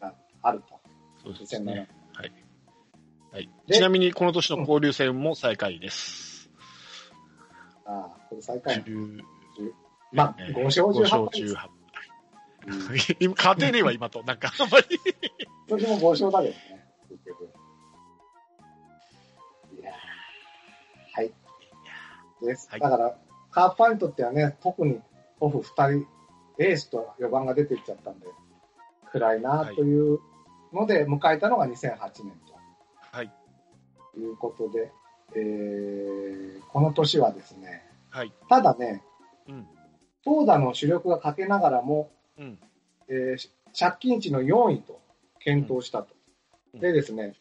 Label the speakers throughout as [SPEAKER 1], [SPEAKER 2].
[SPEAKER 1] あると。
[SPEAKER 2] そうです
[SPEAKER 1] 2007
[SPEAKER 2] ね。はい。はい。
[SPEAKER 1] で
[SPEAKER 2] ちなみに、この年の交流戦も最下位です。
[SPEAKER 1] ああ、これ最下位。
[SPEAKER 2] 10
[SPEAKER 1] まあ、
[SPEAKER 2] えー
[SPEAKER 1] 5勝
[SPEAKER 2] 5
[SPEAKER 1] 18
[SPEAKER 2] 勝
[SPEAKER 1] 敗です。
[SPEAKER 2] 18
[SPEAKER 1] うん
[SPEAKER 2] 今、勝てねえわ、今と。なんか、あんまり。
[SPEAKER 1] 今年も5勝だけどね、結局。いやーはい。です。
[SPEAKER 2] は
[SPEAKER 1] だ
[SPEAKER 2] い
[SPEAKER 1] から、カーパーにとってはね、特にオフ2人、エースと4番が出てっちゃったんで、暗いなというので、迎えたのが2008年
[SPEAKER 2] はい。
[SPEAKER 1] ということで、えーこの年はですね、
[SPEAKER 2] はい。
[SPEAKER 1] ただね、
[SPEAKER 2] うん。
[SPEAKER 1] 投打の主力が欠けながらも、
[SPEAKER 2] うん。
[SPEAKER 1] えー借金値の4位と検討したと。
[SPEAKER 2] うん
[SPEAKER 1] でですね、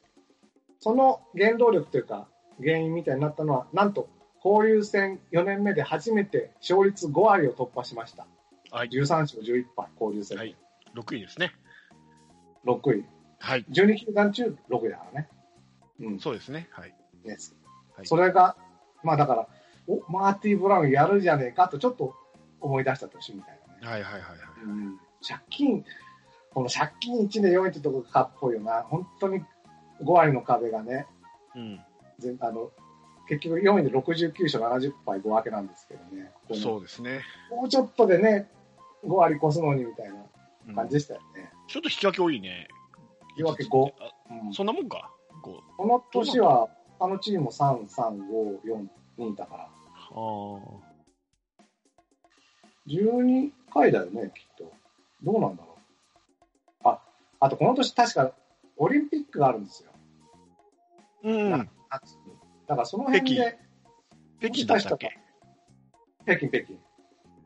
[SPEAKER 1] その原動力というか、原因みたいになったのは、なんと、交流戦4年目で初めて勝率5割を突破しました。
[SPEAKER 2] はい。
[SPEAKER 1] 13勝11敗、交流戦。
[SPEAKER 2] はい。6位ですね。
[SPEAKER 1] 6位。
[SPEAKER 2] はい。
[SPEAKER 1] 12球団中6位だからね。うん。
[SPEAKER 2] そうですね。はい。
[SPEAKER 1] です。
[SPEAKER 2] はい
[SPEAKER 1] それが、まあだから、お、マーティー・ブラウンやるじゃねえかと、ちょっと思い出した年みたいなね。
[SPEAKER 2] はいはいはいはい。
[SPEAKER 1] うん借金、この借金1年4位ってとこがかっこいいよな。本当に5割の壁がね、
[SPEAKER 2] うん。
[SPEAKER 1] 全あの結局4位で69勝70敗5分けなんですけどね。ここ
[SPEAKER 2] そうですね。
[SPEAKER 1] もうちょっとでね、5割越すのにみたいな
[SPEAKER 2] うん
[SPEAKER 1] 感じでしたよね。
[SPEAKER 2] ちょっと引き分け多いね。
[SPEAKER 1] 引き分け5
[SPEAKER 2] あ
[SPEAKER 1] うん
[SPEAKER 2] そんなもんか。5。
[SPEAKER 1] この年は、あのチームも3、3、5、4、2だから、
[SPEAKER 2] ああ。
[SPEAKER 1] 12回だよね、きっと。どうなんだろう。あ、あとこの年確かオリンピックがあるんですよ。
[SPEAKER 2] うん。
[SPEAKER 1] 夏に。だからその辺で。
[SPEAKER 2] 北京だったっけ
[SPEAKER 1] 北京、北京。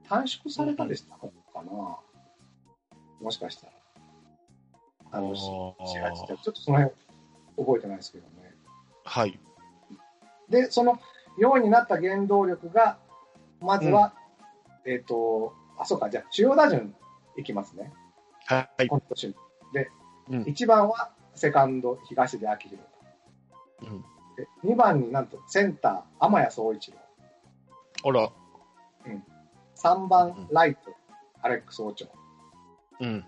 [SPEAKER 1] 短縮されたでしたのかな、もしかしたら。あの、し
[SPEAKER 2] あー
[SPEAKER 1] 4月ってちょっとその辺覚えてないですけどね。
[SPEAKER 2] はい。
[SPEAKER 1] で、その4になった原動力が、まずは、えっ、と、あ、そうか、じゃあ、主要打順いきますね。
[SPEAKER 2] はい。
[SPEAKER 1] この年。で、
[SPEAKER 2] うん
[SPEAKER 1] 1番はセカンド、東出明宏。
[SPEAKER 2] うん
[SPEAKER 1] で、2番になんとセンター、天谷総一郎。
[SPEAKER 2] あら。
[SPEAKER 1] 3番、ライト、アレックス・オチョ。
[SPEAKER 2] うん。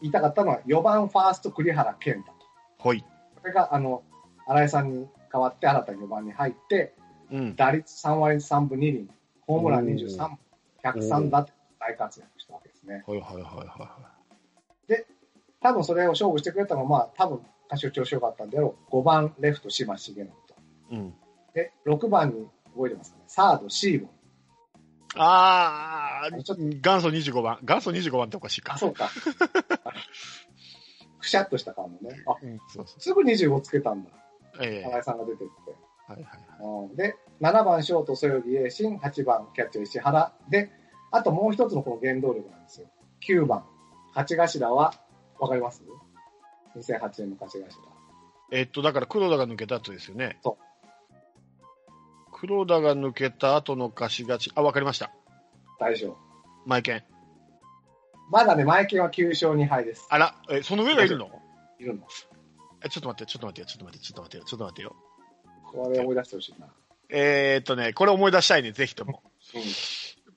[SPEAKER 1] 言いたかったのは4番ファースト栗原健太
[SPEAKER 2] ほい。
[SPEAKER 1] これがあの新井さんに代わって新たに4番に入って
[SPEAKER 2] うん。
[SPEAKER 1] 打率3割3分2厘ホームラン23
[SPEAKER 2] お
[SPEAKER 1] 本103打点大活躍したわけですね
[SPEAKER 2] はいはいはいはいは
[SPEAKER 1] 多分それを勝負してくれたのはまあ多分多少調子良かったんだろう5番レフト島重信と
[SPEAKER 2] い。うん。
[SPEAKER 1] で6番に覚えてますかねサードシーボン
[SPEAKER 2] ああ、
[SPEAKER 1] ちょっと
[SPEAKER 2] 元祖25番。元祖25番っておかしいか。
[SPEAKER 1] あそう かあのくしゃっとした顔もねあ
[SPEAKER 2] うん。そうそ
[SPEAKER 1] すぐ25つけたんだ
[SPEAKER 2] う。ええ
[SPEAKER 1] 新井さんが出てって
[SPEAKER 2] はいはいはい。
[SPEAKER 1] うんで、7番ショート、そよぎ栄心、8番キャッチャー石原。で、あともう一つのこの原動力なんですよ。9番、八頭は、わかります ?2008 年の八頭。
[SPEAKER 2] えっと、だから黒田が抜けた後ですよね。。
[SPEAKER 1] そう
[SPEAKER 2] 黒田が抜けた後の貸しがち。あ、わかりました。
[SPEAKER 1] 大将。
[SPEAKER 2] マイケン。
[SPEAKER 1] まだね、前金は9勝2敗です。
[SPEAKER 2] あら、え、その上がいるの
[SPEAKER 1] いるの。
[SPEAKER 2] え、ちょっと待って、ちょっと待ってよ、ちょっと待って、ちょっと待ってよ、ちょっと待ってよ。
[SPEAKER 1] これ思い出してほしいな。
[SPEAKER 2] えー、っとね、これ思い出したいね、ぜひとも。
[SPEAKER 1] うん。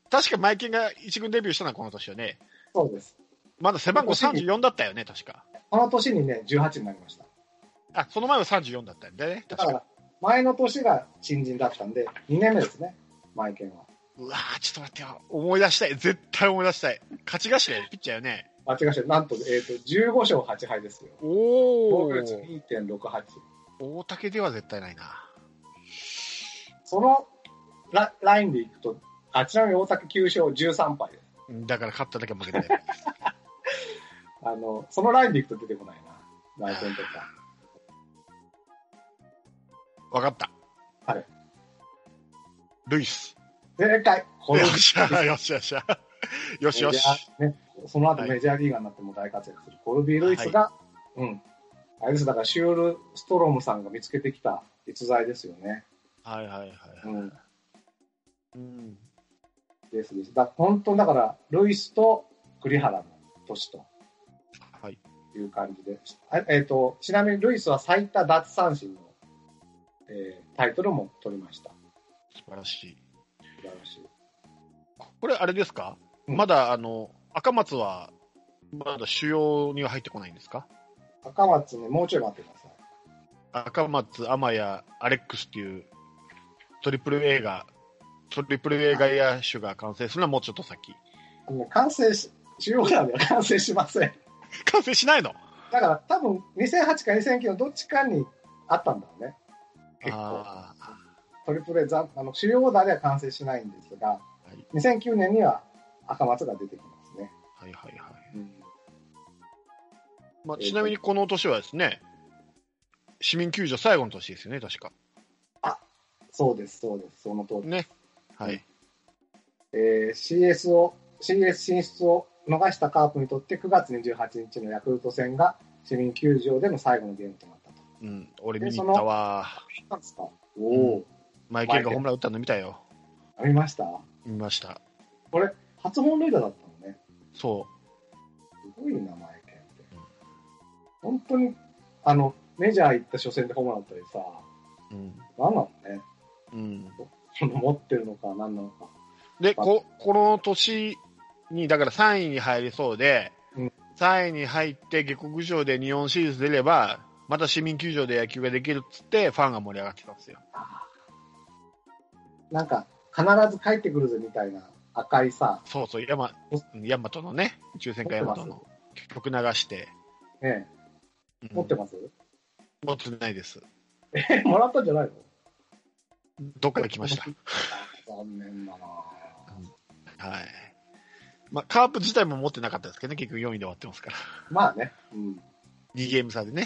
[SPEAKER 2] 確かマイケンが一軍デビューしたのはこの年よね。
[SPEAKER 1] そうです。
[SPEAKER 2] まだ背番号34だったよね、確か。
[SPEAKER 1] この年にね、18になりました。
[SPEAKER 2] あ、その前は34だったんだよね、
[SPEAKER 1] だ
[SPEAKER 2] 確
[SPEAKER 1] か
[SPEAKER 2] か。
[SPEAKER 1] ら、前の年が新人だったんで、2年目ですね、前金は。
[SPEAKER 2] うわー、ちょっと待ってよ。思い出したい。絶対思い出したい。勝ち頭やピッチャーよね。
[SPEAKER 1] 間違えて、なんと、えっ、と、15勝8敗ですよ。防
[SPEAKER 2] お
[SPEAKER 1] 御率
[SPEAKER 2] ー。
[SPEAKER 1] 2.68。
[SPEAKER 2] 大竹では絶対ないな。
[SPEAKER 1] そのララインでいくと、あちなみに大竹9勝13敗です。
[SPEAKER 2] だから勝っただけは負け てない。
[SPEAKER 1] あの、そのラインでいくと出てこないな。マイケンとか。
[SPEAKER 2] わかった。
[SPEAKER 1] はい。
[SPEAKER 2] ルイス。
[SPEAKER 1] 正解こ
[SPEAKER 2] よ
[SPEAKER 1] の
[SPEAKER 2] っしゃ、よっしゃ、よっしゃ。よしよし。
[SPEAKER 1] ね、その後
[SPEAKER 2] はい
[SPEAKER 1] メジャーリーガーになっても大活躍する。コルビー・ルイスが、うん。あれです、だからシュール・ストロムさんが見つけてきた逸材ですよね。
[SPEAKER 2] はいはいはい。
[SPEAKER 1] うん。
[SPEAKER 2] うん。
[SPEAKER 1] ですです。だ本当だから、ルイスと栗原の年と
[SPEAKER 2] はい。
[SPEAKER 1] いう感じで。あえっ、と、ちなみにルイスは最多奪三振の、えータイトルも取りました。
[SPEAKER 2] 素晴らしい。
[SPEAKER 1] 素晴らしい。
[SPEAKER 2] これ、あれですか、
[SPEAKER 1] うん
[SPEAKER 2] まだ、あの、赤松はまだ主要には入ってこないんですか
[SPEAKER 1] 赤松ね、もうちょい待ってください。
[SPEAKER 2] 赤松、天谷、アレックスっていうトリプル A が、トリプル A 外野手が完成するのはもうちょっと先。
[SPEAKER 1] あのね完成し、主要なんでは 完成しません。
[SPEAKER 2] 完成しないの
[SPEAKER 1] だから多分2008か2009のどっちかにあったんだろうね。結構。
[SPEAKER 2] ああ
[SPEAKER 1] トリプル A ざあの主要打では完成しないんですが、
[SPEAKER 2] はい
[SPEAKER 1] 2009年には赤松が出てきますね。
[SPEAKER 2] はいはいはい。まあ、ちなみにこの年はですね、市民球場最後の年ですよね、確か。
[SPEAKER 1] そうです、そうです、その通り。
[SPEAKER 2] ね。はい。
[SPEAKER 1] えー CS を、CS 進出を逃したカープにとって9月28日のヤクルト戦が市民球場での最後のゲームとなったと。
[SPEAKER 2] うん、俺見に行ったわ。
[SPEAKER 1] なんですかおお、
[SPEAKER 2] マイケルがホームラン打ったの見たよ。
[SPEAKER 1] ありました
[SPEAKER 2] 見ました。
[SPEAKER 1] これ、初本塁打だったのね。
[SPEAKER 2] そ
[SPEAKER 1] すごい名前ケンって。本当に、あの、メジャー行った初戦でホームランだったりさ、
[SPEAKER 2] う。うん。
[SPEAKER 1] 何なのね。
[SPEAKER 2] うん。
[SPEAKER 1] その持ってるのか何なのか。
[SPEAKER 2] で、こ、この年に、だから3位に入りそうで、
[SPEAKER 1] うん
[SPEAKER 2] 3位に入って下克上で日本シリーズ出れば、また市民球場で野球ができるっつって、ファンが盛り上がってたんですよ。
[SPEAKER 1] なんか、必ず帰ってくるぜみたいな赤いさ、
[SPEAKER 2] そうそう、ヤマ、ヤマトのね、抽選会ヤマトの曲流して。
[SPEAKER 1] ね
[SPEAKER 2] うん
[SPEAKER 1] 持ってます、
[SPEAKER 2] 持ってないです。
[SPEAKER 1] え、もらったんじゃないの
[SPEAKER 2] どっから来ました。
[SPEAKER 1] 残念だなぁ
[SPEAKER 2] はい。まあ、カープ自体も持ってなかったですけどね、結局4位で終わってますから。
[SPEAKER 1] まあね。うん。
[SPEAKER 2] 2ゲーム差でね。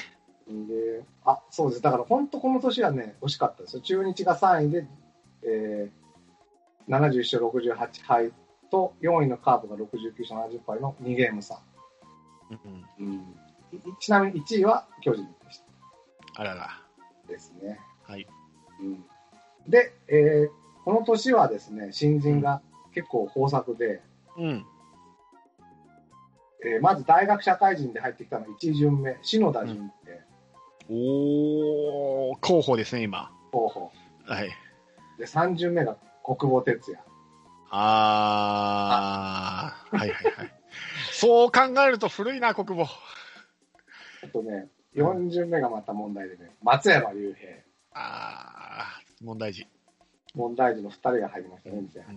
[SPEAKER 1] で、あ、そうです。だから本当この年はね、惜しかったですよ。中日が3位で、えー、71勝68敗と、4位のカープが69勝70敗の2ゲーム差。
[SPEAKER 2] うん。
[SPEAKER 1] うん、ちなみに1位は巨人でし
[SPEAKER 2] あらら。
[SPEAKER 1] たですね。
[SPEAKER 2] はい。
[SPEAKER 1] うん、で、えーこの年はですね、新人が結構豊作で、
[SPEAKER 2] うん。
[SPEAKER 1] えーまず大学社会人で入ってきたのが1巡目、篠田純平
[SPEAKER 2] おー、候補ですね、今。
[SPEAKER 1] 候補。
[SPEAKER 2] はい。
[SPEAKER 1] で、3巡目が国保哲也。
[SPEAKER 2] あー、はいはいはい。そう考えると古いな、国母。
[SPEAKER 1] あとね、4巡目がまた問題でね、松山竜平、
[SPEAKER 2] あー、問題児。
[SPEAKER 1] 問題児の2人が入りましたね、みたいな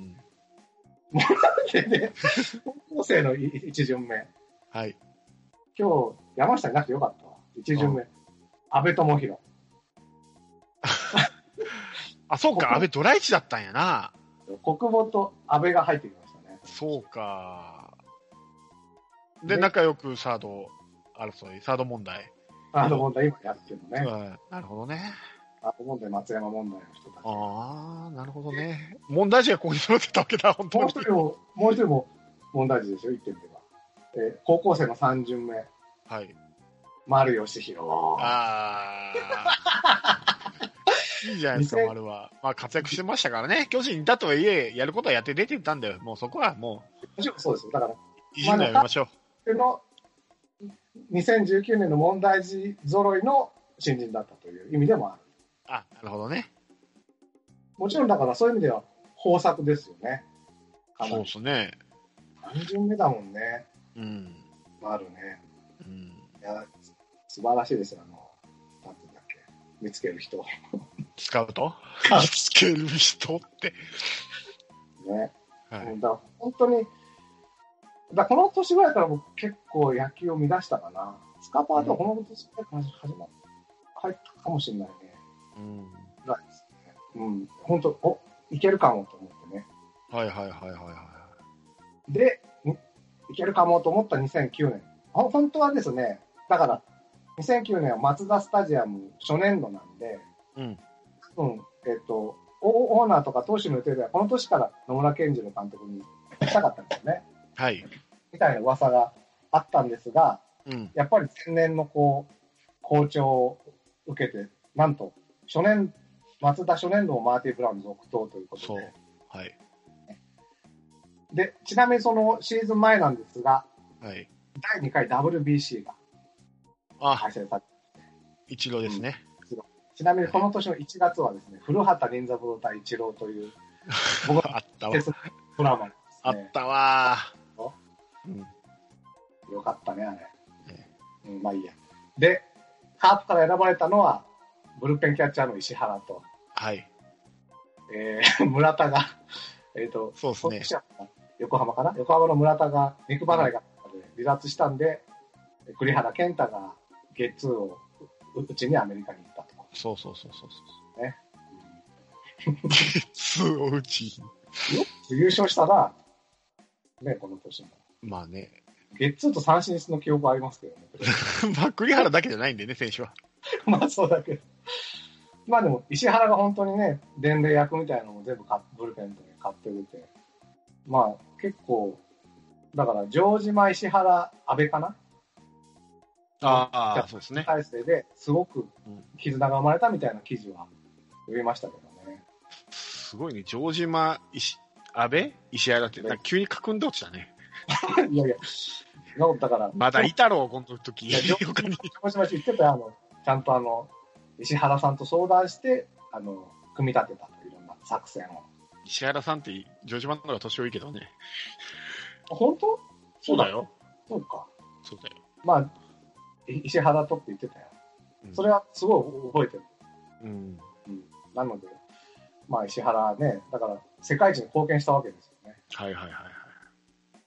[SPEAKER 2] うん
[SPEAKER 1] でね、高校生の1巡目。
[SPEAKER 2] はい。
[SPEAKER 1] 今日、山下になくてよかったわ。1巡目。安倍智弘。
[SPEAKER 2] あ、そう
[SPEAKER 1] ここ
[SPEAKER 2] か、安倍ドライチだったんやな。
[SPEAKER 1] 国母と安倍が入ってきましたね。
[SPEAKER 2] そうか。で、
[SPEAKER 1] ね
[SPEAKER 2] 仲良くサード争い、サード問題。
[SPEAKER 1] あの問題今やってるのね。
[SPEAKER 2] うんなるほどね。
[SPEAKER 1] あの問題、松山問題の人たち。も
[SPEAKER 2] あー、なるほどね。問題児がここに揃ってたわけだ、本当
[SPEAKER 1] う
[SPEAKER 2] に
[SPEAKER 1] 一。人も、もう一人も問題児でしょ、1点では。えー高校生の3巡目、
[SPEAKER 2] はい。
[SPEAKER 1] 丸義弘。
[SPEAKER 2] あー。いいじゃないですか、
[SPEAKER 1] 2000
[SPEAKER 2] 丸は。まあ、活躍してましたからね。巨人だとはいえ、やることはやって出てったんだよ。もうそこはも
[SPEAKER 1] もちろんそうですよ。だから、
[SPEAKER 2] う、いじるのやめましょう。
[SPEAKER 1] その2019年の問題児揃いの新人だったという意味でもある。
[SPEAKER 2] あ、なるほどね。
[SPEAKER 1] もちろんだからそういう意味では豊作ですよね。かな
[SPEAKER 2] そう
[SPEAKER 1] り
[SPEAKER 2] ですね。
[SPEAKER 1] 3巡目だもんね。
[SPEAKER 2] うん。
[SPEAKER 1] あるね。
[SPEAKER 2] うん。
[SPEAKER 1] いや、素晴らしいですよ。あの、なんていうんだっけ。見つける人。
[SPEAKER 2] 使うと
[SPEAKER 1] 使う
[SPEAKER 2] 見つける人って。
[SPEAKER 1] ね。
[SPEAKER 2] は
[SPEAKER 1] う
[SPEAKER 2] い。
[SPEAKER 1] んだから本当に、だからこの年ぐらいから僕結構野球を見出したかな。スカパーとこの年ぐらいから始ま入ったかもしれないね。
[SPEAKER 2] うん。
[SPEAKER 1] ぐらいですね。うん。本当、お、いけるかもと思ってね。
[SPEAKER 2] はいはいはいはいは
[SPEAKER 1] で、んいけるかもと思った2009年。ほ本当はですね、だから、2009年はマツダスタジアム初年度なんで、
[SPEAKER 2] い。うん。
[SPEAKER 1] うん、えっと、オオーナーとか投手の予定では、この年から野村健二の監督にしたかったんですよね。
[SPEAKER 2] はい。
[SPEAKER 1] みたいな噂があったんですが、
[SPEAKER 2] うん。
[SPEAKER 1] やっぱり前年のこう、好調を受けて、なんと、初年、松田初年度をマーティ・ブラウン続投ということで。
[SPEAKER 2] そう。はい。
[SPEAKER 1] で、ちなみにそのシーズン前なんですが、
[SPEAKER 2] はい。
[SPEAKER 1] 第2回 WBC が
[SPEAKER 2] あ、
[SPEAKER 1] 開催され
[SPEAKER 2] 一郎ですね。
[SPEAKER 1] ちなみにこの年の1月はですね、古畑任三郎対一郎という
[SPEAKER 2] あったわ。
[SPEAKER 1] ドラマなんです
[SPEAKER 2] あ
[SPEAKER 1] ね
[SPEAKER 2] っ。たわ
[SPEAKER 1] あ
[SPEAKER 2] ー。うん
[SPEAKER 1] よかったね、あれ。うん、まあいいや。で、カープから選ばれたのは、ブルペンキャッチャーの石原と、
[SPEAKER 2] はい。
[SPEAKER 1] えー村田が、えっ、と、
[SPEAKER 2] そうです
[SPEAKER 1] そっ
[SPEAKER 2] ね
[SPEAKER 1] ち。は横浜かな横浜の村田が肉離れがあったので離脱したんで、栗原健太がゲッツーをううちにアメリカに行ったと。
[SPEAKER 2] そうそうそうそう
[SPEAKER 1] ね
[SPEAKER 2] そう。通を打ち。
[SPEAKER 1] 優勝したら、ね、この年も。
[SPEAKER 2] まあね。
[SPEAKER 1] ゲッツーと三振の記憶はありますけどね。
[SPEAKER 2] まあ、栗原だけじゃないんでね、選手は。
[SPEAKER 1] まあそうだけど。まあでも、石原が本当にね、伝令役みたいなのも全部買っブルペンとかで買って出て、まあ結構、だから、城島、石原、安倍かな
[SPEAKER 2] ああ、そうですね。
[SPEAKER 1] 体制ですごく
[SPEAKER 2] うん
[SPEAKER 1] 絆が生まれたみたいな記事は読みましたけどね。
[SPEAKER 2] すごいね。城島、石、安倍石原って、なんか急にかくんで落ちたね。
[SPEAKER 1] いやいや、なんかだから、
[SPEAKER 2] まだいたろう、この時。
[SPEAKER 1] いや城
[SPEAKER 2] 他に。
[SPEAKER 1] もしもし言ってたよあの、ちゃんとあの、石原さんと相談して、あの、組み立てたといろんな作戦を。
[SPEAKER 2] 石原さんって、城島の方が年多いけどね。
[SPEAKER 1] あ本当そうだ
[SPEAKER 2] よ。
[SPEAKER 1] そうか。
[SPEAKER 2] そうだよ。
[SPEAKER 1] まあ、い石原とって言ってたよ。
[SPEAKER 2] うん
[SPEAKER 1] それはすごい覚えてる。
[SPEAKER 2] うん。
[SPEAKER 1] うん、なので、まあ石原ね、だから世界一に貢献したわけですよね。
[SPEAKER 2] はいはいはいはい。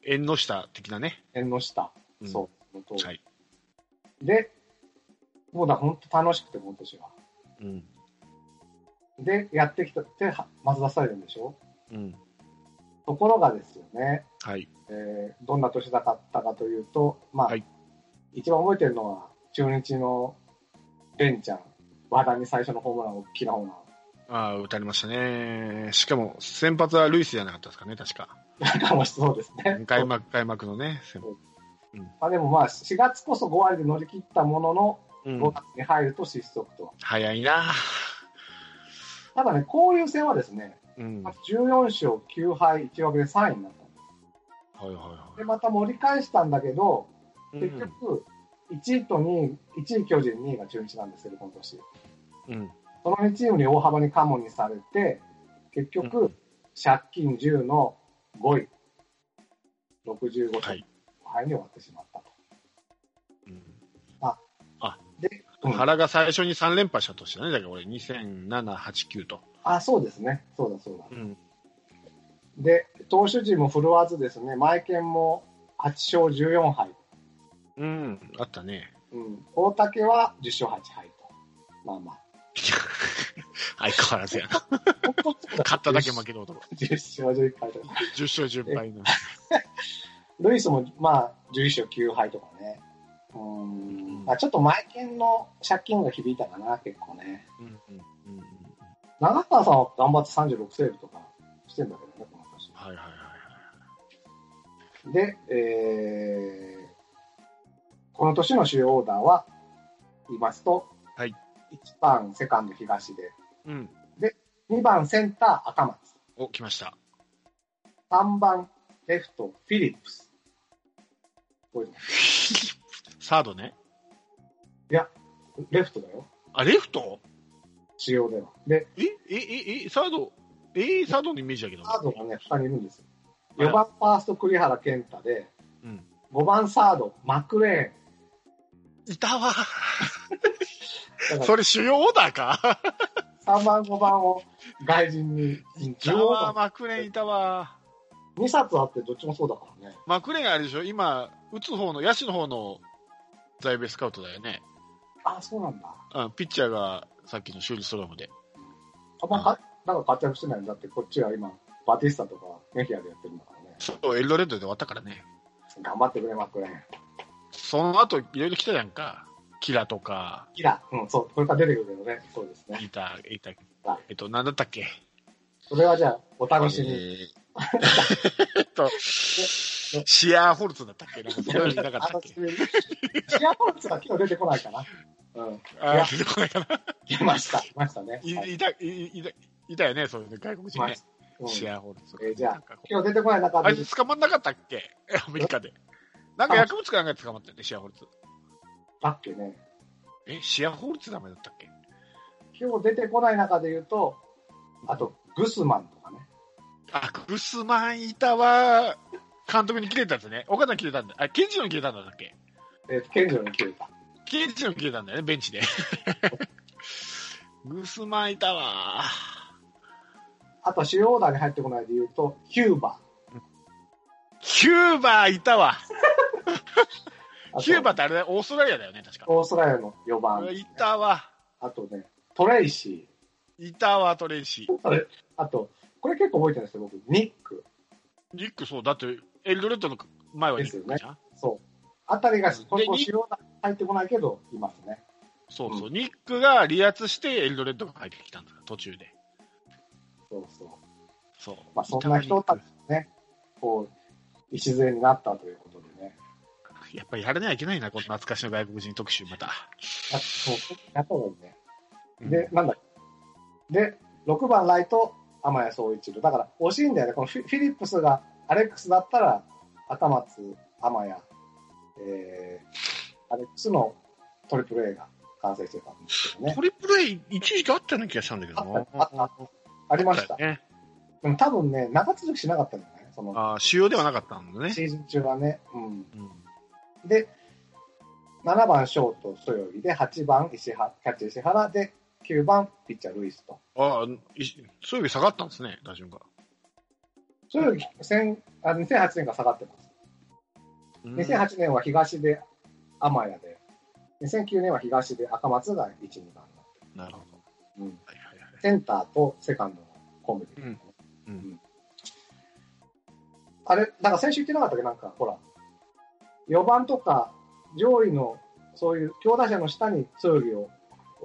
[SPEAKER 2] 縁の下的なね。
[SPEAKER 1] 縁の下。
[SPEAKER 2] うん
[SPEAKER 1] そう。本当
[SPEAKER 2] はい。
[SPEAKER 1] で、もうだ、本当楽しくて、今年は。
[SPEAKER 2] うん。
[SPEAKER 1] で、やってきたって、は松田スタイルでしょ
[SPEAKER 2] うん。
[SPEAKER 1] ところがですよね、
[SPEAKER 2] はい。
[SPEAKER 1] えーどんな年だったかというと、まあ、
[SPEAKER 2] はい
[SPEAKER 1] 一番覚えてるのは、中日のベンちゃん、和田に最初のホームラン、大きなホーム
[SPEAKER 2] ああ、打たれましたね。しかも、先発はルイスじゃなかったですかね、確か。
[SPEAKER 1] ランかもしそうですね。
[SPEAKER 2] 開幕、開幕のね、先
[SPEAKER 1] まあ、でもまあ、4月こそ5割で乗り切ったものの、
[SPEAKER 2] うん
[SPEAKER 1] 5月に入ると失速と。
[SPEAKER 2] 早いな。
[SPEAKER 1] ただね、交流戦はですね、
[SPEAKER 2] うん。はい
[SPEAKER 1] 14勝9敗1分けで3位になったんで
[SPEAKER 2] はいは
[SPEAKER 1] す。で、また盛り返したんだけど、
[SPEAKER 2] い。
[SPEAKER 1] 結局、1位と2位、1位巨人、2位が中日なんですけど、今年。
[SPEAKER 2] うん。うん
[SPEAKER 1] その2チームに大幅にカモにされて、結局、
[SPEAKER 2] うん
[SPEAKER 1] 借金10の5位、65勝
[SPEAKER 2] はい。
[SPEAKER 1] 敗に終わってしまったと。
[SPEAKER 2] うん
[SPEAKER 1] で、うん
[SPEAKER 2] 原が最初に3連覇した年だね、だから俺、2007、8、9と。
[SPEAKER 1] あ、そうですね。そうだそうだ。
[SPEAKER 2] うん。
[SPEAKER 1] で、投手陣も振るわずですね、前剣も8勝14敗。
[SPEAKER 2] うん、あったね。
[SPEAKER 1] うん。大竹は10勝8敗と。まあ まあ。
[SPEAKER 2] 相変わらずやな。勝っただけ負ける男。
[SPEAKER 1] 10勝11敗とか。
[SPEAKER 2] 10勝10敗の。
[SPEAKER 1] ルイスも、まあ、11勝9敗とかね。うーん。まあ、ちょっと前剣の借金が響いたかな、結構ね。
[SPEAKER 2] うんうんうんうん
[SPEAKER 1] 長川さんは頑張って36セーブとかしてんだけどね、この年。
[SPEAKER 2] はいはいはいはい。
[SPEAKER 1] で、えー、この年の主要オーダーは、言いますと、
[SPEAKER 2] はい
[SPEAKER 1] 1番セカンド東で、
[SPEAKER 2] うん。
[SPEAKER 1] 2番センター赤松、
[SPEAKER 2] お、来ました。
[SPEAKER 1] 3番レフトフィリップス。これ
[SPEAKER 2] サードね。
[SPEAKER 1] レフトだよ、
[SPEAKER 2] あ、レフト
[SPEAKER 1] 主要では。で、
[SPEAKER 2] ええええサードえサードのイメージだけど。
[SPEAKER 1] サードがね、2人いるんですよ。
[SPEAKER 2] あら
[SPEAKER 1] 4番ファースト栗原健太で、
[SPEAKER 2] うん。
[SPEAKER 1] 5番サードマクレ
[SPEAKER 2] いたわ。
[SPEAKER 1] ーン。だか
[SPEAKER 2] それ主要オーダーから
[SPEAKER 1] 3番5番を外人に。
[SPEAKER 2] いたわ、マクレンいたわ。
[SPEAKER 1] 2冊あってどっちもそうだからね。
[SPEAKER 2] マクレンあれでしょ今、打つ方の、野手の方の在米スカウトだよね。
[SPEAKER 1] あ、そうなんだ。
[SPEAKER 2] うん、ピッチャーがさっきの修理ストロームで。
[SPEAKER 1] あんまか、なんか活躍してないんだって、こっちは今、バティスタとかメヒアでやってるんだからね。
[SPEAKER 2] そう、エルドレッドで終わったからね。
[SPEAKER 1] 頑張ってくれ、マックレーン。
[SPEAKER 2] その後、いろいろ来たじゃんか。キラとか、
[SPEAKER 1] キラ、うん、そう、これから出てくるけどね。そうですね。
[SPEAKER 2] いた、いた、えっと、なんだったっけ
[SPEAKER 1] それはじゃあ、お楽しみに。
[SPEAKER 2] えーえっと、シアーホルツだったっけなんかそんなのいなかったっけ
[SPEAKER 1] お楽しみにシアホルツは今日出てこないかな。うん、
[SPEAKER 2] あー出てこないかな。
[SPEAKER 1] 出ました、出ましたね。はい
[SPEAKER 2] いいた、いいいた、いたよね、そういう外国
[SPEAKER 1] 出
[SPEAKER 2] 人
[SPEAKER 1] ま
[SPEAKER 2] ね
[SPEAKER 1] し。うん
[SPEAKER 2] シェアホルツ。
[SPEAKER 1] えーじゃあ
[SPEAKER 2] なんかこう
[SPEAKER 1] 今日出てこない中
[SPEAKER 2] あ
[SPEAKER 1] で
[SPEAKER 2] い、つ捕まんなかったっけ アメリカで。なんか薬物かなんかで捕まったよね、シェアホルツ。
[SPEAKER 1] だっけね、
[SPEAKER 2] え、シェアホルツダメだったっけ
[SPEAKER 1] 今日出てこない中で言うと、あと、グスマンとかね。
[SPEAKER 2] あ、グスマンいたわ。監督に切れたんですね。岡田に切れたんだ。あ、ケンジロに切れたんだっけ
[SPEAKER 1] えっと、健二郎に切れた。
[SPEAKER 2] ケンジロに切れたんだよね、ベンチで。 グスマいたわ
[SPEAKER 1] あと、主要オーダーに入ってこないで言うと、9番。
[SPEAKER 2] キューバいたわ。
[SPEAKER 1] あと
[SPEAKER 2] キューバってあれだよ、オーストラリアだよね、確か。
[SPEAKER 1] オーストラリアの4番。
[SPEAKER 2] いたわ。
[SPEAKER 1] あとね、トレイシ
[SPEAKER 2] いたわ、トレイシー。
[SPEAKER 1] ー。あと、これ結構覚えてるんですよ、僕。ニック。
[SPEAKER 2] ニック、そう、だって、エルドレッドの前はニックじゃん。
[SPEAKER 1] ですそう。あたりが、これ
[SPEAKER 2] でニッ
[SPEAKER 1] 主要オーダーに入ってこないけど、いますね。
[SPEAKER 2] そうそう、ニックが離脱して、エルドレッドが入ってきたんだよ、途中で。
[SPEAKER 1] そうそう。
[SPEAKER 2] そう。
[SPEAKER 1] まあ、そんな人たちね、こう、礎になったということでね。
[SPEAKER 2] やっぱりやらなきゃいけないな、この懐かしの外国人特集、また。
[SPEAKER 1] あそう、やった方がいいね。で、なんだっけで、6番ライト、天谷総一郎。だから、惜しいんだよね。このフィフィリップスがアレックスだったら、赤松、天谷、えー、アレックスのトリプル A が完成してたんですけどね
[SPEAKER 2] ト。リプル A、一時期あったような気がしたんだけどな。
[SPEAKER 1] あったあったありました。
[SPEAKER 2] ね。
[SPEAKER 1] でも多分ね、長続きしなかったんじゃないその、
[SPEAKER 2] あー主要ではなかったんだね。
[SPEAKER 1] シーズン中はね。うん。
[SPEAKER 2] うん
[SPEAKER 1] で、7番ショート、豊木で、8番石原、キャッチャー石原で、9番ピッチャー、ルイスと。
[SPEAKER 2] ああ、いそういうより下がったんですね、打順が。
[SPEAKER 1] 豊木、千あ2008年が下がってます。
[SPEAKER 2] うん
[SPEAKER 1] 2008年は東で天谷で、2009年は東で赤松が1、2番
[SPEAKER 2] なるほど。
[SPEAKER 1] になってる、うん
[SPEAKER 2] はいはいはい
[SPEAKER 1] センターとセカンドのコンビで、
[SPEAKER 2] うんうん
[SPEAKER 1] あれ、なんか先週言ってなかったっけなんか、ほら、4番とか上位のそういう強打者の下に強いを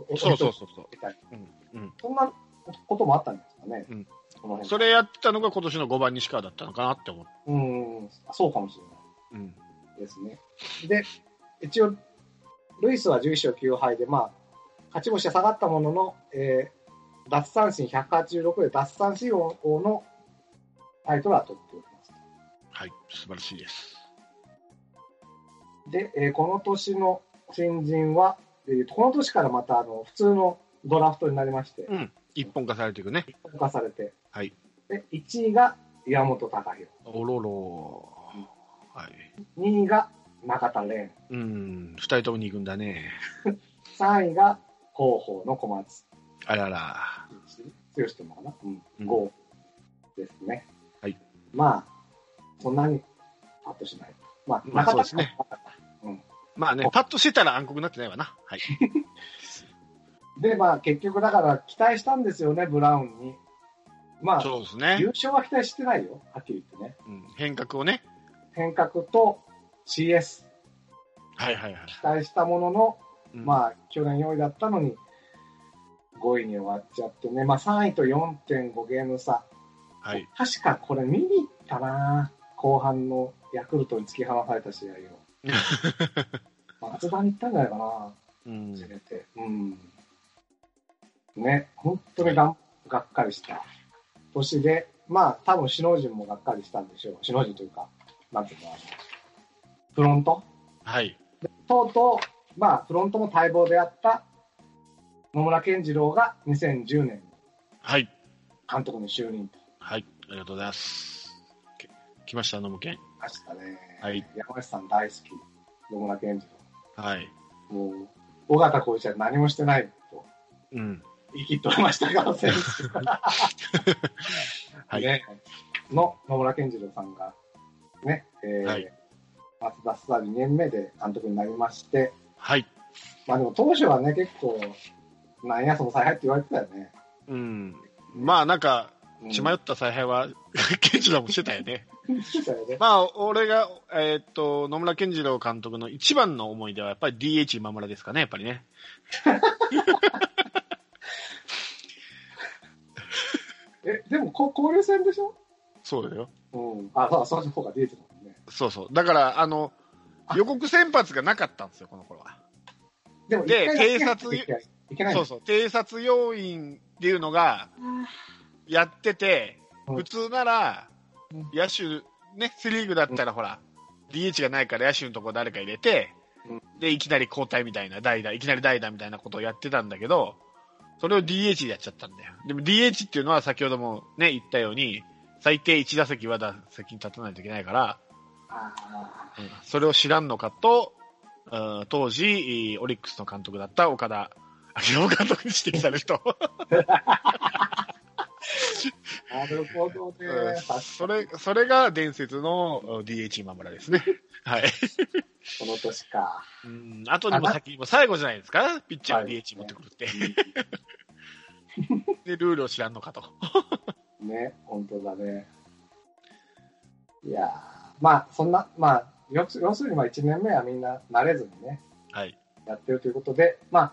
[SPEAKER 1] お
[SPEAKER 2] そうそうそうそう。
[SPEAKER 1] みたいな、
[SPEAKER 2] うんうん
[SPEAKER 1] そんなこともあったんですかね。
[SPEAKER 2] うん
[SPEAKER 1] この辺
[SPEAKER 2] それやってたのが今年の5番西川だったのかなって思って。
[SPEAKER 1] うん、そうかもしれない。
[SPEAKER 2] うん。
[SPEAKER 1] ですね。で、一応、ルイスは11勝9敗で、まあ、勝ち星は下がったものの、えー奪三振186で奪三振王のタイトルは取っております。
[SPEAKER 2] はい、素晴らしいです。
[SPEAKER 1] で、えーこの年の新人は、えーこの年からまたあの普通のドラフトになりまして、
[SPEAKER 2] うん。一本化されていくね。
[SPEAKER 1] 評価されて、
[SPEAKER 2] はい。
[SPEAKER 1] で1位が岩本隆
[SPEAKER 2] おろろ。はい。
[SPEAKER 1] 弘、2位が中田蓮、
[SPEAKER 2] うん、二人とも二軍だね。
[SPEAKER 1] 3位が広報の小松
[SPEAKER 2] あらら。
[SPEAKER 1] 強してもかな、
[SPEAKER 2] う
[SPEAKER 1] うんん、5ですね。
[SPEAKER 2] はい。
[SPEAKER 1] まあ、そんなにパッとしない。まあ、
[SPEAKER 2] まあ
[SPEAKER 1] 中田
[SPEAKER 2] そうですね
[SPEAKER 1] 中田
[SPEAKER 2] まあね、パッとしてたら暗黒になってないわな。はい。
[SPEAKER 1] で、まあ、結局だから期待したんですよね、ブラウンに。まあ、
[SPEAKER 2] そうですね
[SPEAKER 1] 優。勝は期待してないよ、はっきり言ってね。
[SPEAKER 2] うん変革をね。
[SPEAKER 1] 変革と CS、
[SPEAKER 2] はいはいはい。
[SPEAKER 1] 期待したものの、
[SPEAKER 2] うん
[SPEAKER 1] まあ、去年4位だったのに、5位に終わっちゃってね、まあ、3位と4.5ゲーム差。
[SPEAKER 2] はい。
[SPEAKER 1] 確かこれ見に行ったな後半のヤクルトに突き放された試合を松田に行ったんじゃないかな
[SPEAKER 2] うん
[SPEAKER 1] 連れてうんね本当にがんがっかりした年でまあ多分首脳陣もがっかりしたんでしょう首脳陣というかなんていうのかなフロント
[SPEAKER 2] はい。
[SPEAKER 1] とうとうまあフロントも待望であった野村健次郎が2010年
[SPEAKER 2] はい。
[SPEAKER 1] 監督に就任と
[SPEAKER 2] はい。ありがとうございます。け来ました、飲む券。
[SPEAKER 1] ましたね、
[SPEAKER 2] はい
[SPEAKER 1] 山内さん大好き野村健次郎
[SPEAKER 2] はい。
[SPEAKER 1] もう、尾形浩一は何もしてないと、
[SPEAKER 2] うん。
[SPEAKER 1] 言い切っておりましたから、選手
[SPEAKER 2] はい
[SPEAKER 1] ねの野村健次郎さんが、ね、えー
[SPEAKER 2] はい
[SPEAKER 1] 松田スター2年目で監督になりまして、
[SPEAKER 2] はい。
[SPEAKER 1] まあでも当初はね、結構、なんやその采配って言われてたよね。
[SPEAKER 2] うん。まあなんか、
[SPEAKER 1] うん
[SPEAKER 2] 血迷った采配は、 健二郎もしてたよね。
[SPEAKER 1] してたよね。
[SPEAKER 2] まあ、俺が、えーっと、野村健二郎監督の一番の思い出は、やっぱり DH 今村ですかね、やっぱりね。
[SPEAKER 1] え、でもこ交流戦でしょ
[SPEAKER 2] そうだよ。
[SPEAKER 1] うん。あ、そう、そうそうか、出てたもんね。
[SPEAKER 2] そうそう。だから、あの、予告先発がなかったんですよ、この頃は。
[SPEAKER 1] でも、
[SPEAKER 2] で
[SPEAKER 1] 一回だけ
[SPEAKER 2] 偵察
[SPEAKER 1] いけないいけないん
[SPEAKER 2] そ
[SPEAKER 1] だ
[SPEAKER 2] うそう。偵察要員っていうのが、やってて、
[SPEAKER 1] うん
[SPEAKER 2] 普通なら
[SPEAKER 1] うん、
[SPEAKER 2] 野手、ね、セリーグだったらほら、DH がないから野手のとこ誰か入れて
[SPEAKER 1] うん、
[SPEAKER 2] で、いきなり交代みたいな、代打、いきなり代打みたいなことをやってたんだけど、それを DH でやっちゃったんだよ。でも DH っていうのは先ほどもね、言ったように、最低1打席は打席に立たないといけないから、
[SPEAKER 1] ああ、
[SPEAKER 2] うんそれを知らんのかと、うん当時、オリックスの監督だった岡田明夫監督に指摘され ると。
[SPEAKER 1] なるほど
[SPEAKER 2] うん
[SPEAKER 1] ね。
[SPEAKER 2] それ、それが伝説のうん DH 今村ですね。 はい。
[SPEAKER 1] この年 か。
[SPEAKER 2] うん、後にも先にも最後じゃないですかピッチャー
[SPEAKER 1] は
[SPEAKER 2] が
[SPEAKER 1] い
[SPEAKER 2] DH 持ってくるって。 で、ルールを知らんのかと。
[SPEAKER 1] ね、本当だね。いやーまあ、そんな、まあ、要す要するに、まあ、1年目はみんな慣れずにね、
[SPEAKER 2] はい。
[SPEAKER 1] やってるということで、まあ、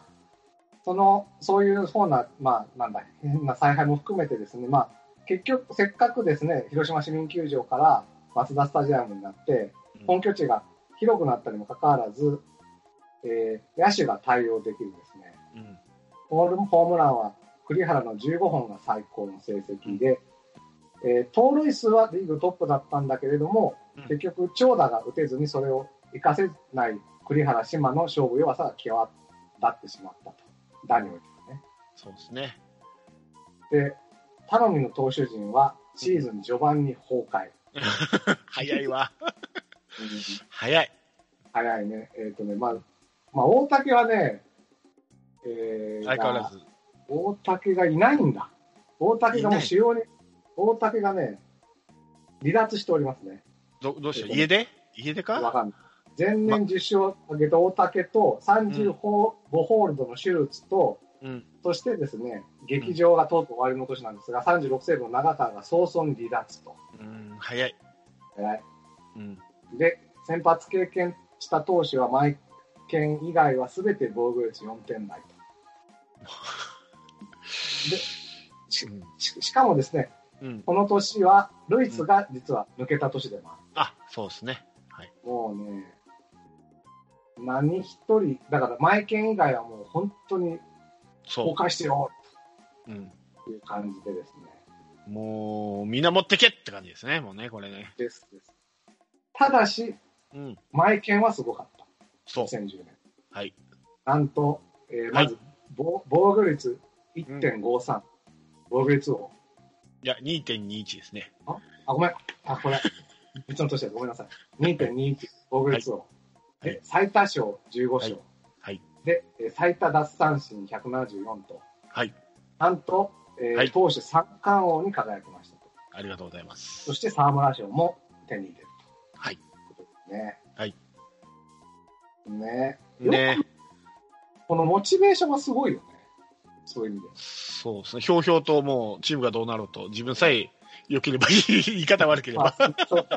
[SPEAKER 1] その、そういう方な、まあ、なんだ、変な采配も含めてですね、まあ、結局、せっかくですね、広島市民球場からマツダスタジアムになって、本拠地が広くなったにもかかわらず、えー野手が対応できるですね、
[SPEAKER 2] うん
[SPEAKER 1] ホールホームランは栗原の15本が最高の成績で、えー盗塁数はリーグトップだったんだけれども、
[SPEAKER 2] うん
[SPEAKER 1] 結局長打が打てずにそれを活かせない栗原島の勝負弱さが際立ってしまったと打においてはね
[SPEAKER 2] そうですね。
[SPEAKER 1] で頼みの投手陣はシーズン序盤に崩壊、
[SPEAKER 2] 早いわ。早い。
[SPEAKER 1] 早いねえっ、とねまあまあ大竹はね、えー
[SPEAKER 2] 相変わらず。
[SPEAKER 1] 大竹がいないんだ。大竹がもう主要に、大竹がね、離脱しておりますね。
[SPEAKER 2] どどうした家で家で
[SPEAKER 1] わ
[SPEAKER 2] か
[SPEAKER 1] かんない。前年10勝を挙げた大竹と35ホールドの手術と、
[SPEAKER 2] うん。
[SPEAKER 1] そしてですね、劇場がとうとう終わりの年なんですが、36セーブの長川が早々に離脱と。
[SPEAKER 2] うん、早い。
[SPEAKER 1] 偉い
[SPEAKER 2] うん。
[SPEAKER 1] で、先発経験した投手は毎件以外は全て防御率4点台と。でしししかもですね、
[SPEAKER 2] うん。
[SPEAKER 1] この年は、ルイスが実は抜けた年でもある。
[SPEAKER 2] あ、そうですね。はい。
[SPEAKER 1] もうね、何一人、だから、マイケン以外はもう本当に
[SPEAKER 2] そ
[SPEAKER 1] 崩壊してよ
[SPEAKER 2] う。うん。
[SPEAKER 1] っていう感じでですね。
[SPEAKER 2] もう、みんな持ってけって感じですね。もうね、これね。
[SPEAKER 1] ですです。ただし、
[SPEAKER 2] うん。
[SPEAKER 1] マイケンはすごかった。
[SPEAKER 2] そう。
[SPEAKER 1] 2010年。
[SPEAKER 2] はい。
[SPEAKER 1] なんと、えー
[SPEAKER 2] はい
[SPEAKER 1] まず、防防御率1.53。防御率を。
[SPEAKER 2] いや、2.21ですね。
[SPEAKER 1] あ、ごめん。あ、これ。別の年だ。ごめんなさい。2.21防御率を。
[SPEAKER 2] はい
[SPEAKER 1] で、最多勝15勝。
[SPEAKER 2] はいはい
[SPEAKER 1] で、えー最多奪三振174と。
[SPEAKER 2] はい。
[SPEAKER 1] なんと、えー
[SPEAKER 2] はい
[SPEAKER 1] 投手三冠王に輝きましたと。
[SPEAKER 2] ありがとうございます
[SPEAKER 1] そ。して沢村賞も手に入れる
[SPEAKER 2] はい。
[SPEAKER 1] ということですね。
[SPEAKER 2] はい。
[SPEAKER 1] ねえ
[SPEAKER 2] ね
[SPEAKER 1] このモチベーションはすごいよね。そういう意味で。
[SPEAKER 2] そうですね。ひょうひょうともう、チームがどうなろうと、自分さえ良ければいい、言い方悪けれ
[SPEAKER 1] ま
[SPEAKER 2] ば。
[SPEAKER 1] あ、そう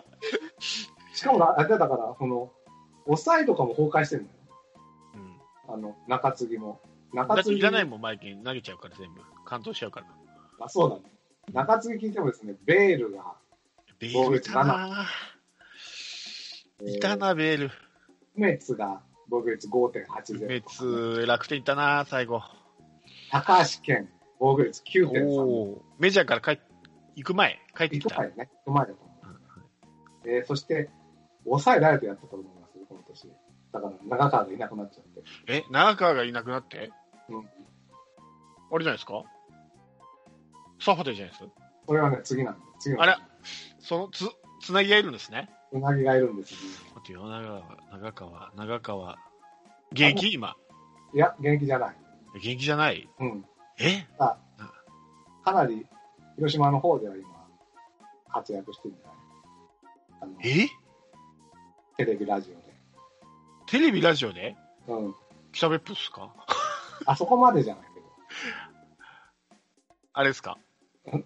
[SPEAKER 1] しかも、あれだから、その、抑えとかも崩壊してるのよ。
[SPEAKER 2] うん。
[SPEAKER 1] あの、中継ぎも。
[SPEAKER 2] だ
[SPEAKER 1] 中
[SPEAKER 2] って
[SPEAKER 1] 継ぎ
[SPEAKER 2] いらないもん、マイケン。投げちゃうから全部。完投しちゃうから。
[SPEAKER 1] あ、そうだね。中継ぎ聞いてもですね、ベールが、
[SPEAKER 2] ベールいたな
[SPEAKER 1] え
[SPEAKER 2] いたな、ベール。
[SPEAKER 1] 梅津が防御率5.80。
[SPEAKER 2] 梅津、楽天いたな最後。
[SPEAKER 1] 高橋健、防御率
[SPEAKER 2] お
[SPEAKER 1] 9.3。
[SPEAKER 2] おーメジャーから帰行く前、帰って
[SPEAKER 1] 行く
[SPEAKER 2] きた。
[SPEAKER 1] かいね。うまいだと思
[SPEAKER 2] うん
[SPEAKER 1] う。えーそして、抑え誰とやってたと思いますこの年。だから、長川がいなくなっちゃって。
[SPEAKER 2] え、長川がいなくなって
[SPEAKER 1] うん。
[SPEAKER 2] あれじゃないですかサファテじゃないですか
[SPEAKER 1] これはね、次なんで。次の
[SPEAKER 2] あらそのつ、つなぎ合えるんですね。
[SPEAKER 1] うなぎがいるんです、ね。
[SPEAKER 2] 待ってよ、長川、長川、長川。元気今。
[SPEAKER 1] いや、現役じゃない。
[SPEAKER 2] 元気じゃない
[SPEAKER 1] うん。
[SPEAKER 2] え
[SPEAKER 1] かなり、広島の方では今、活躍してるんじゃないあの、
[SPEAKER 2] え
[SPEAKER 1] テレビ、ラジオで。
[SPEAKER 2] テレビ、ラジオで
[SPEAKER 1] うん。
[SPEAKER 2] 北別府っすか
[SPEAKER 1] あそこまでじゃないけど。
[SPEAKER 2] あれですか
[SPEAKER 1] ん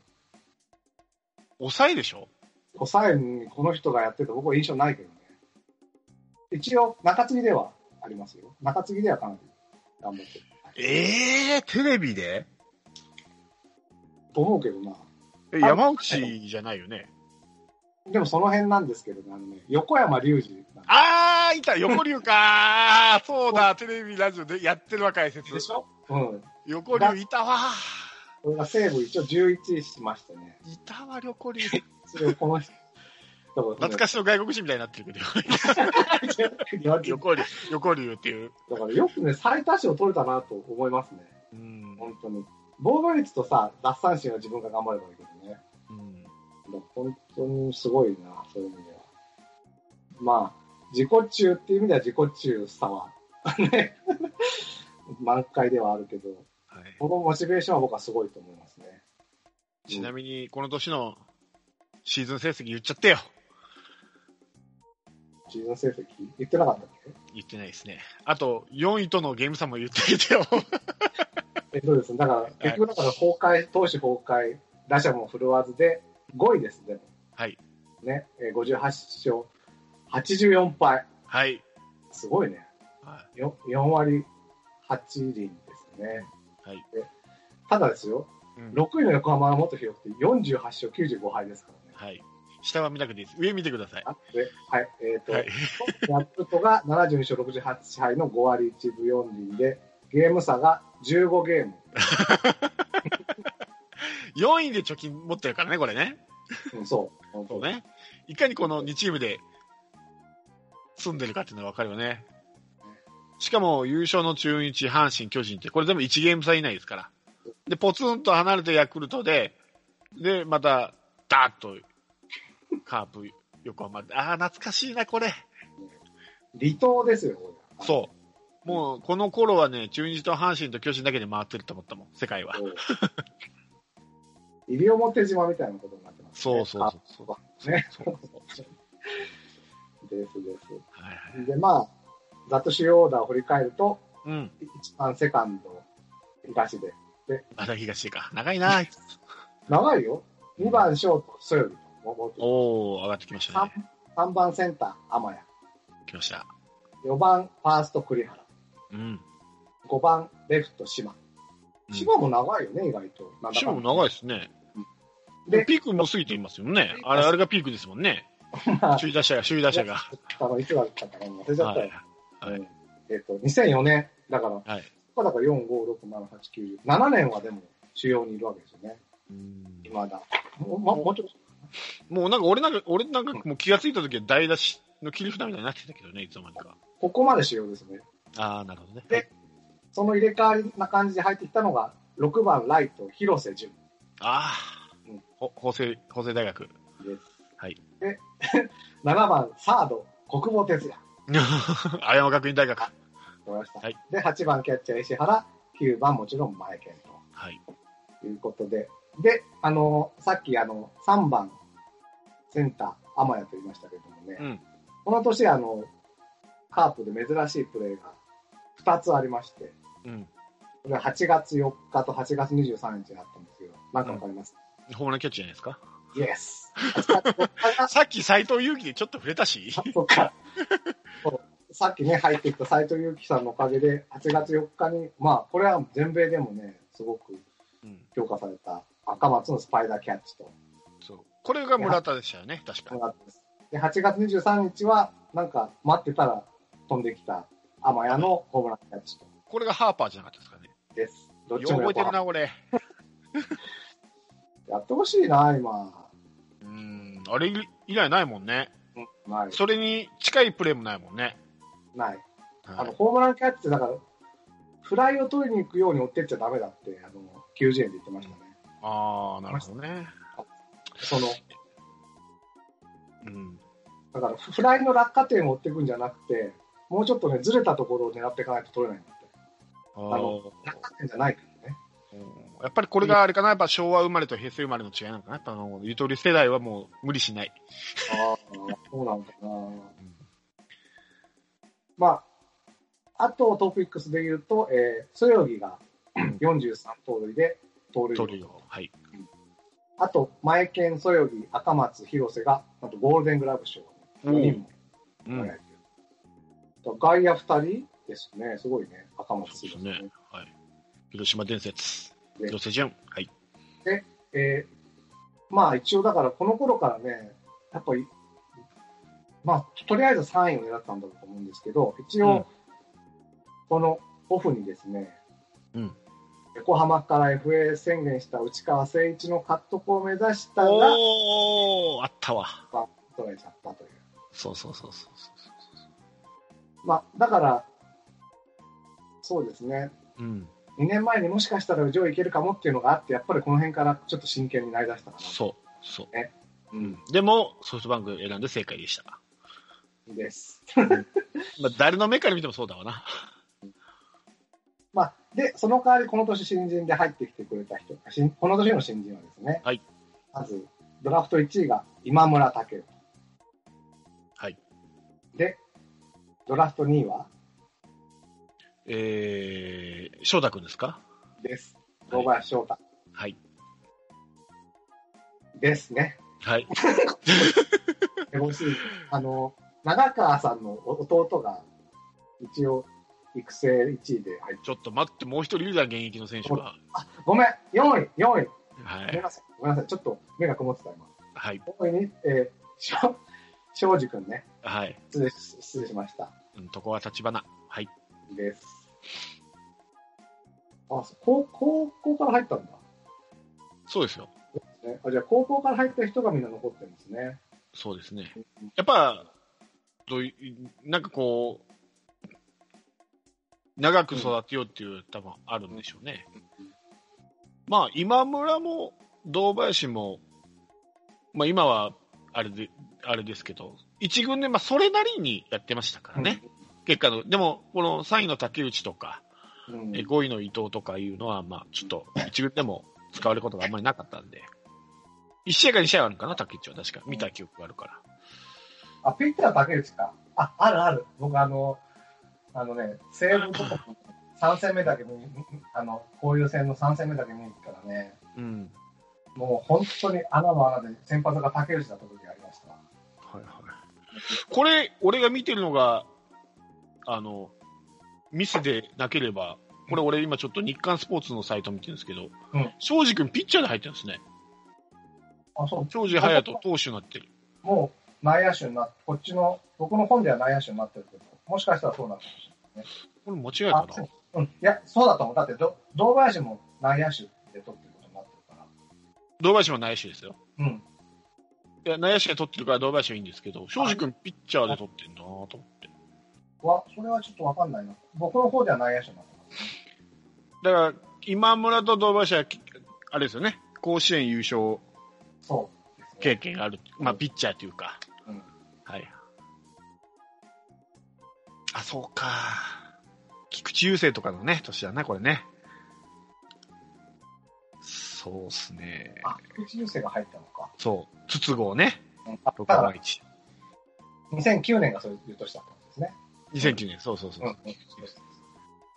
[SPEAKER 2] 抑えでしょ
[SPEAKER 1] 抑えにこの人がやってた僕は印象ないけどね。一応、中継ぎではありますよ。中継ぎではかなり頑張ってる。
[SPEAKER 2] ええテレビで
[SPEAKER 1] と思うけどな。
[SPEAKER 2] え山内じゃないよね。
[SPEAKER 1] でもその辺なんですけどね、あのね横山隆二なんで
[SPEAKER 2] あー、いた横流かーそうだ、テレビ、ラジオでやってるわ、解説
[SPEAKER 1] す。ょうん。
[SPEAKER 2] 横流いたわ
[SPEAKER 1] これが西武一応11位しましたね。
[SPEAKER 2] ーいたわ、横流。
[SPEAKER 1] それをこの人、
[SPEAKER 2] 懐かしの外国人みたいになって るけど。
[SPEAKER 1] しい。だ
[SPEAKER 2] 横流、横流っていう。
[SPEAKER 1] からよくね、最多勝取れたなと思いますね。
[SPEAKER 2] うん。
[SPEAKER 1] 本当に。防御率とさ、奪三振は自分が頑張ればいいけどね。
[SPEAKER 2] うん
[SPEAKER 1] だから本当にすごいな、そういう意味では。まあ、自己中っていう意味では自己中さは、ね 満開ではあるけど、
[SPEAKER 2] はい
[SPEAKER 1] このモチベーションは僕はすごいと思いますね。
[SPEAKER 2] ちなみに、この年のシーズン成績言っちゃってよ。
[SPEAKER 1] シーズン成績言ってなかったっ
[SPEAKER 2] 言ってないですね。あと、4位とのゲーム差も言ってあげ てよ。
[SPEAKER 1] けえ、そうです。だから、結局だから崩壊、投手崩壊、打者も振るわずで、5位です、でも。
[SPEAKER 2] はい。
[SPEAKER 1] ね、えー58勝、84敗。
[SPEAKER 2] はい。
[SPEAKER 1] すごいね。
[SPEAKER 2] は
[SPEAKER 1] よ4割8厘ですね。
[SPEAKER 2] はい
[SPEAKER 1] でただですよ、
[SPEAKER 2] い。うん
[SPEAKER 1] 6位の横浜はもっと広くて48勝95敗ですからね。
[SPEAKER 2] はい。下は見なくていいです。上見てください。
[SPEAKER 1] あではい、えっ、と、
[SPEAKER 2] はい。
[SPEAKER 1] ヤクルトが72勝68敗の5割1分4厘で、ゲーム差が15ゲーム。
[SPEAKER 2] 4位で貯金持ってるからね、これね。
[SPEAKER 1] うん、そう。本
[SPEAKER 2] そ
[SPEAKER 1] 当
[SPEAKER 2] う。ね。いかにこの2チームで住んでるかっていうのは分かるよね。しかも優勝の中日、阪神、巨人って、これ全部1ゲーム差以内ですから。で、ポツンと離れてヤクルトで、で、また、ダーッと、カープ、横浜。ああ、懐かしいな、これ。
[SPEAKER 1] 離島ですよ、これ
[SPEAKER 2] そう。もう、この頃はね、中日と阪神と巨人だけで回ってると思ったもん、世界は。
[SPEAKER 1] そう。 西表島みたいなことになってます、
[SPEAKER 2] そうそうそうそう。
[SPEAKER 1] あそうね。
[SPEAKER 2] そうそうそう
[SPEAKER 1] ですで
[SPEAKER 2] はいはい。
[SPEAKER 1] す。で、まあ、ざっと主要オーダーを振り返ると、
[SPEAKER 2] うん。
[SPEAKER 1] 一番セカンド、東で。
[SPEAKER 2] まだ東か。長いな。
[SPEAKER 1] 長いよ。2番ショート、ソヨリと。
[SPEAKER 2] おー、上がってきましたね。
[SPEAKER 1] 3番センター、天
[SPEAKER 2] 来ました。
[SPEAKER 1] 谷。4番ファースト、栗原。
[SPEAKER 2] うん。
[SPEAKER 1] 5番レフト、島。
[SPEAKER 2] うん
[SPEAKER 1] 島も長いよね、意外と。なんだ
[SPEAKER 2] シ
[SPEAKER 1] か
[SPEAKER 2] も
[SPEAKER 1] んだ
[SPEAKER 2] 長いですね。
[SPEAKER 1] で
[SPEAKER 2] ピークも過ぎていますよね。あれ、あれがピークですもんね。
[SPEAKER 1] まあ
[SPEAKER 2] 首位打者が、首位打者が。
[SPEAKER 1] あの、いつだったかな忘れちゃった
[SPEAKER 2] は
[SPEAKER 1] よ
[SPEAKER 2] い。。はい
[SPEAKER 1] うんえっ、と、2004年、だから、
[SPEAKER 2] はい
[SPEAKER 1] ここだから4、5、6、7、8、9、7年はでも、主要にいるわけですよね。
[SPEAKER 2] うん
[SPEAKER 1] 未だ。もう、ま、もうちょっと、
[SPEAKER 2] もうなんか俺なんか、俺なんかもう気がついた時は台出しの切り札みたいになってたけどね、いつの間にか。
[SPEAKER 1] ここまで主要ですね。
[SPEAKER 2] ああ、なるほどね。
[SPEAKER 1] で
[SPEAKER 2] はい
[SPEAKER 1] その入れ替わりな感じで入ってきたのが、6番ライト、広瀬淳
[SPEAKER 2] あ
[SPEAKER 1] うん
[SPEAKER 2] あ、ほ法政、法政大学。
[SPEAKER 1] です。
[SPEAKER 2] はい。
[SPEAKER 1] で、7番サード、国母哲也。
[SPEAKER 2] 青山学院大学。
[SPEAKER 1] わかりました。
[SPEAKER 2] はい
[SPEAKER 1] で、8番キャッチャー、石原。9番、もちろん、前健と。
[SPEAKER 2] はい。
[SPEAKER 1] ということで、で、あの、さっきあの、3番、センター、天谷と言いましたけどもね、
[SPEAKER 2] うん
[SPEAKER 1] この年、あの、カープで珍しいプレーが2つありまして、
[SPEAKER 2] うん。
[SPEAKER 1] これは8月4日と8月23日にあったんですけど、なんかわかります、
[SPEAKER 2] ホームランキャッチじゃないですか。
[SPEAKER 1] イエス !8 月4日が
[SPEAKER 2] さっき斎藤佑樹でちょっと触れたし。
[SPEAKER 1] あそっか。そうさっきね、入ってきた斎藤佑樹さんのおかげで、8月4日に、まあ、これは全米でもね、すごく
[SPEAKER 2] うん。
[SPEAKER 1] 評価された赤松のスパイダーキャッチと
[SPEAKER 2] そう。これが村田でしたよね、確か。
[SPEAKER 1] で8月23日は、なんか待ってたら飛んできた天谷のホームランキャッチと
[SPEAKER 2] これがハーパーじゃなかったですかね。
[SPEAKER 1] です。どっ
[SPEAKER 2] よ
[SPEAKER 1] ち
[SPEAKER 2] う
[SPEAKER 1] も
[SPEAKER 2] 覚
[SPEAKER 1] 横
[SPEAKER 2] えてる
[SPEAKER 1] 浜
[SPEAKER 2] な、俺。
[SPEAKER 1] やってほしいな、今。
[SPEAKER 2] うん、あれ以来ないもんね。
[SPEAKER 1] ない。
[SPEAKER 2] それに近いプレーもないもんね。
[SPEAKER 1] ない。あ
[SPEAKER 2] は
[SPEAKER 1] の、
[SPEAKER 2] い、
[SPEAKER 1] ホームランキャッチって、だから、フライを取りに行くように追ってっちゃダメだって、あの、90円で言ってましたね。
[SPEAKER 2] ああ、なるほどね。
[SPEAKER 1] その、
[SPEAKER 2] うん。
[SPEAKER 1] だから、フライの落下点を追っていくんじゃなくて、もうちょっとね、ずれたところを狙っていかないと取れないんだって。あ
[SPEAKER 2] あ
[SPEAKER 1] の
[SPEAKER 2] ー、
[SPEAKER 1] 落下点じゃないからね。
[SPEAKER 2] うんやっぱりこれがあれかな、やっぱ昭和生まれと平成生まれの違いなのかな。やっぱあの、ゆとり世代はもう無理しない。
[SPEAKER 1] ああ、そうなんかな。まあ、あとトピックスで言うと、えー、そよぎが
[SPEAKER 2] ん
[SPEAKER 1] 43盗塁で盗塁
[SPEAKER 2] トリオ。はい。
[SPEAKER 1] あと、前剣、そよぎ、赤松、広瀬が、あとゴールデングラブ賞4人も輝いて
[SPEAKER 2] うん。はい。
[SPEAKER 1] る。と外野2人ですね、すごいね、赤松
[SPEAKER 2] そうです
[SPEAKER 1] 広瀬
[SPEAKER 2] ね広島伝説。
[SPEAKER 1] ね
[SPEAKER 2] 広瀬淳。はい。
[SPEAKER 1] えーまあ一応だからこの頃からね、やっぱり、まあとりあえず3位を狙ったんだろうと思うんですけど、一応、
[SPEAKER 2] うん
[SPEAKER 1] このオフにですね、
[SPEAKER 2] うん
[SPEAKER 1] 横浜から FA 宣言した内川誠一の獲得を目指したが、
[SPEAKER 2] おー、あったわ。
[SPEAKER 1] 取られちゃったという。
[SPEAKER 2] そうそうそうそうそ
[SPEAKER 1] まあだから、そうですね、
[SPEAKER 2] う。うん。
[SPEAKER 1] 2年前にもしかしたら上位いけるかもっていうのがあって、やっぱりこの辺からちょっと真剣になりだしたかな。
[SPEAKER 2] そう。そう。
[SPEAKER 1] うん
[SPEAKER 2] でも、ソフトバンク選んで正解でした。
[SPEAKER 1] です。
[SPEAKER 2] まあ、誰の目から見てもそうだわな。
[SPEAKER 1] まあ、で、その代わりこの年新人で入ってきてくれた人、新この年の新人はですね、
[SPEAKER 2] はい
[SPEAKER 1] まず、ドラフト1位が今村武尊。
[SPEAKER 2] はい。
[SPEAKER 1] で、ドラフト2位は、
[SPEAKER 2] えー、翔太くんですか
[SPEAKER 1] です。堂林翔太。
[SPEAKER 2] はい。
[SPEAKER 1] ですね。
[SPEAKER 2] はい。
[SPEAKER 1] でもしい。あの、長川さんの弟が、一応、育成1位で入って、
[SPEAKER 2] ちょっと待って、もう一人いるじゃん、現役の選手が。
[SPEAKER 1] ごめん !4 位 !4 位
[SPEAKER 2] は
[SPEAKER 1] ごめん
[SPEAKER 2] い。
[SPEAKER 1] なさい。ごめんなさい。ちょっと目が曇ってた、今。
[SPEAKER 2] はい。
[SPEAKER 1] ここに、えー、しょ、庄司くんね。
[SPEAKER 2] はい。
[SPEAKER 1] 失礼し、失礼しました。
[SPEAKER 2] うん、とこは立花。はい。
[SPEAKER 1] です。あ、そう高高校から入ったんだ。
[SPEAKER 2] そうですよ。
[SPEAKER 1] ね、あじゃあ高校から入った人がみんな残ってるんですね。
[SPEAKER 2] そうですね。やっぱ、どういなんかこう、長く育てようっていう、多分あるんでしょうね。まあ、今村も堂林も、まあ今は、あれで、あれですけど、一軍で、まあそれなりにやってましたからね。結果の、でも、この3位の竹内とか、
[SPEAKER 1] うん。
[SPEAKER 2] え5位の伊藤とかいうのは、まあちょっと、一軍でも使われることがあんまりなかったんで。1試合か2試合はあるのかな、竹内は確か。見た記憶があるから。
[SPEAKER 1] あ、ピッチャー竹内か。あ、あるある。僕あの、あのね、西武とか3戦目だけ見に、あの、交流戦の3戦目だけ見に行ったらね、
[SPEAKER 2] うん。
[SPEAKER 1] もう本当に穴は穴で先発が竹内だった時がありました。
[SPEAKER 2] はいはい。これ、俺が見てるのが、あの、ミスでなければ、これ俺今ちょっと日刊スポーツのサイト見てるんですけど、
[SPEAKER 1] うん
[SPEAKER 2] 庄司君ピッチャーで入ってるんですね。
[SPEAKER 1] あ、そう。
[SPEAKER 2] 庄司隼人投手になってる。
[SPEAKER 1] もう内野手になって、こっちの、僕の本では内野手になってるけど、もしかしたらそうなのかもしれない。
[SPEAKER 2] これ間違いか
[SPEAKER 1] あそ
[SPEAKER 2] な
[SPEAKER 1] ううん、いや、そうだと思う。だってど、堂林も内野手で取ってることになってるか
[SPEAKER 2] 堂林も内野手ですよ。
[SPEAKER 1] ら。うん。
[SPEAKER 2] いや、内野手で取ってるから堂林はいいんですけど、庄司君ピッチャーで取ってるなと思って。
[SPEAKER 1] わ、それはちょっとわかんないな。僕の方では内野手になってますね。
[SPEAKER 2] だから、今村と堂林は、きあれですよね、甲子園優勝
[SPEAKER 1] そうですね。
[SPEAKER 2] 経験がある、まあ、ピッチャーというか。
[SPEAKER 1] うん
[SPEAKER 2] はい。あ、そうか。菊池雄星とかのね、年だね、これね。そうっすね。
[SPEAKER 1] あ、菊池雄星が入ったのか。
[SPEAKER 2] そう。筒香ね。
[SPEAKER 1] うん、あだ
[SPEAKER 2] 6
[SPEAKER 1] から
[SPEAKER 2] 番1。
[SPEAKER 1] 2009年がそういう年だったんですね。
[SPEAKER 2] 2009年、そうそうそう
[SPEAKER 1] ん。
[SPEAKER 2] う。
[SPEAKER 1] うん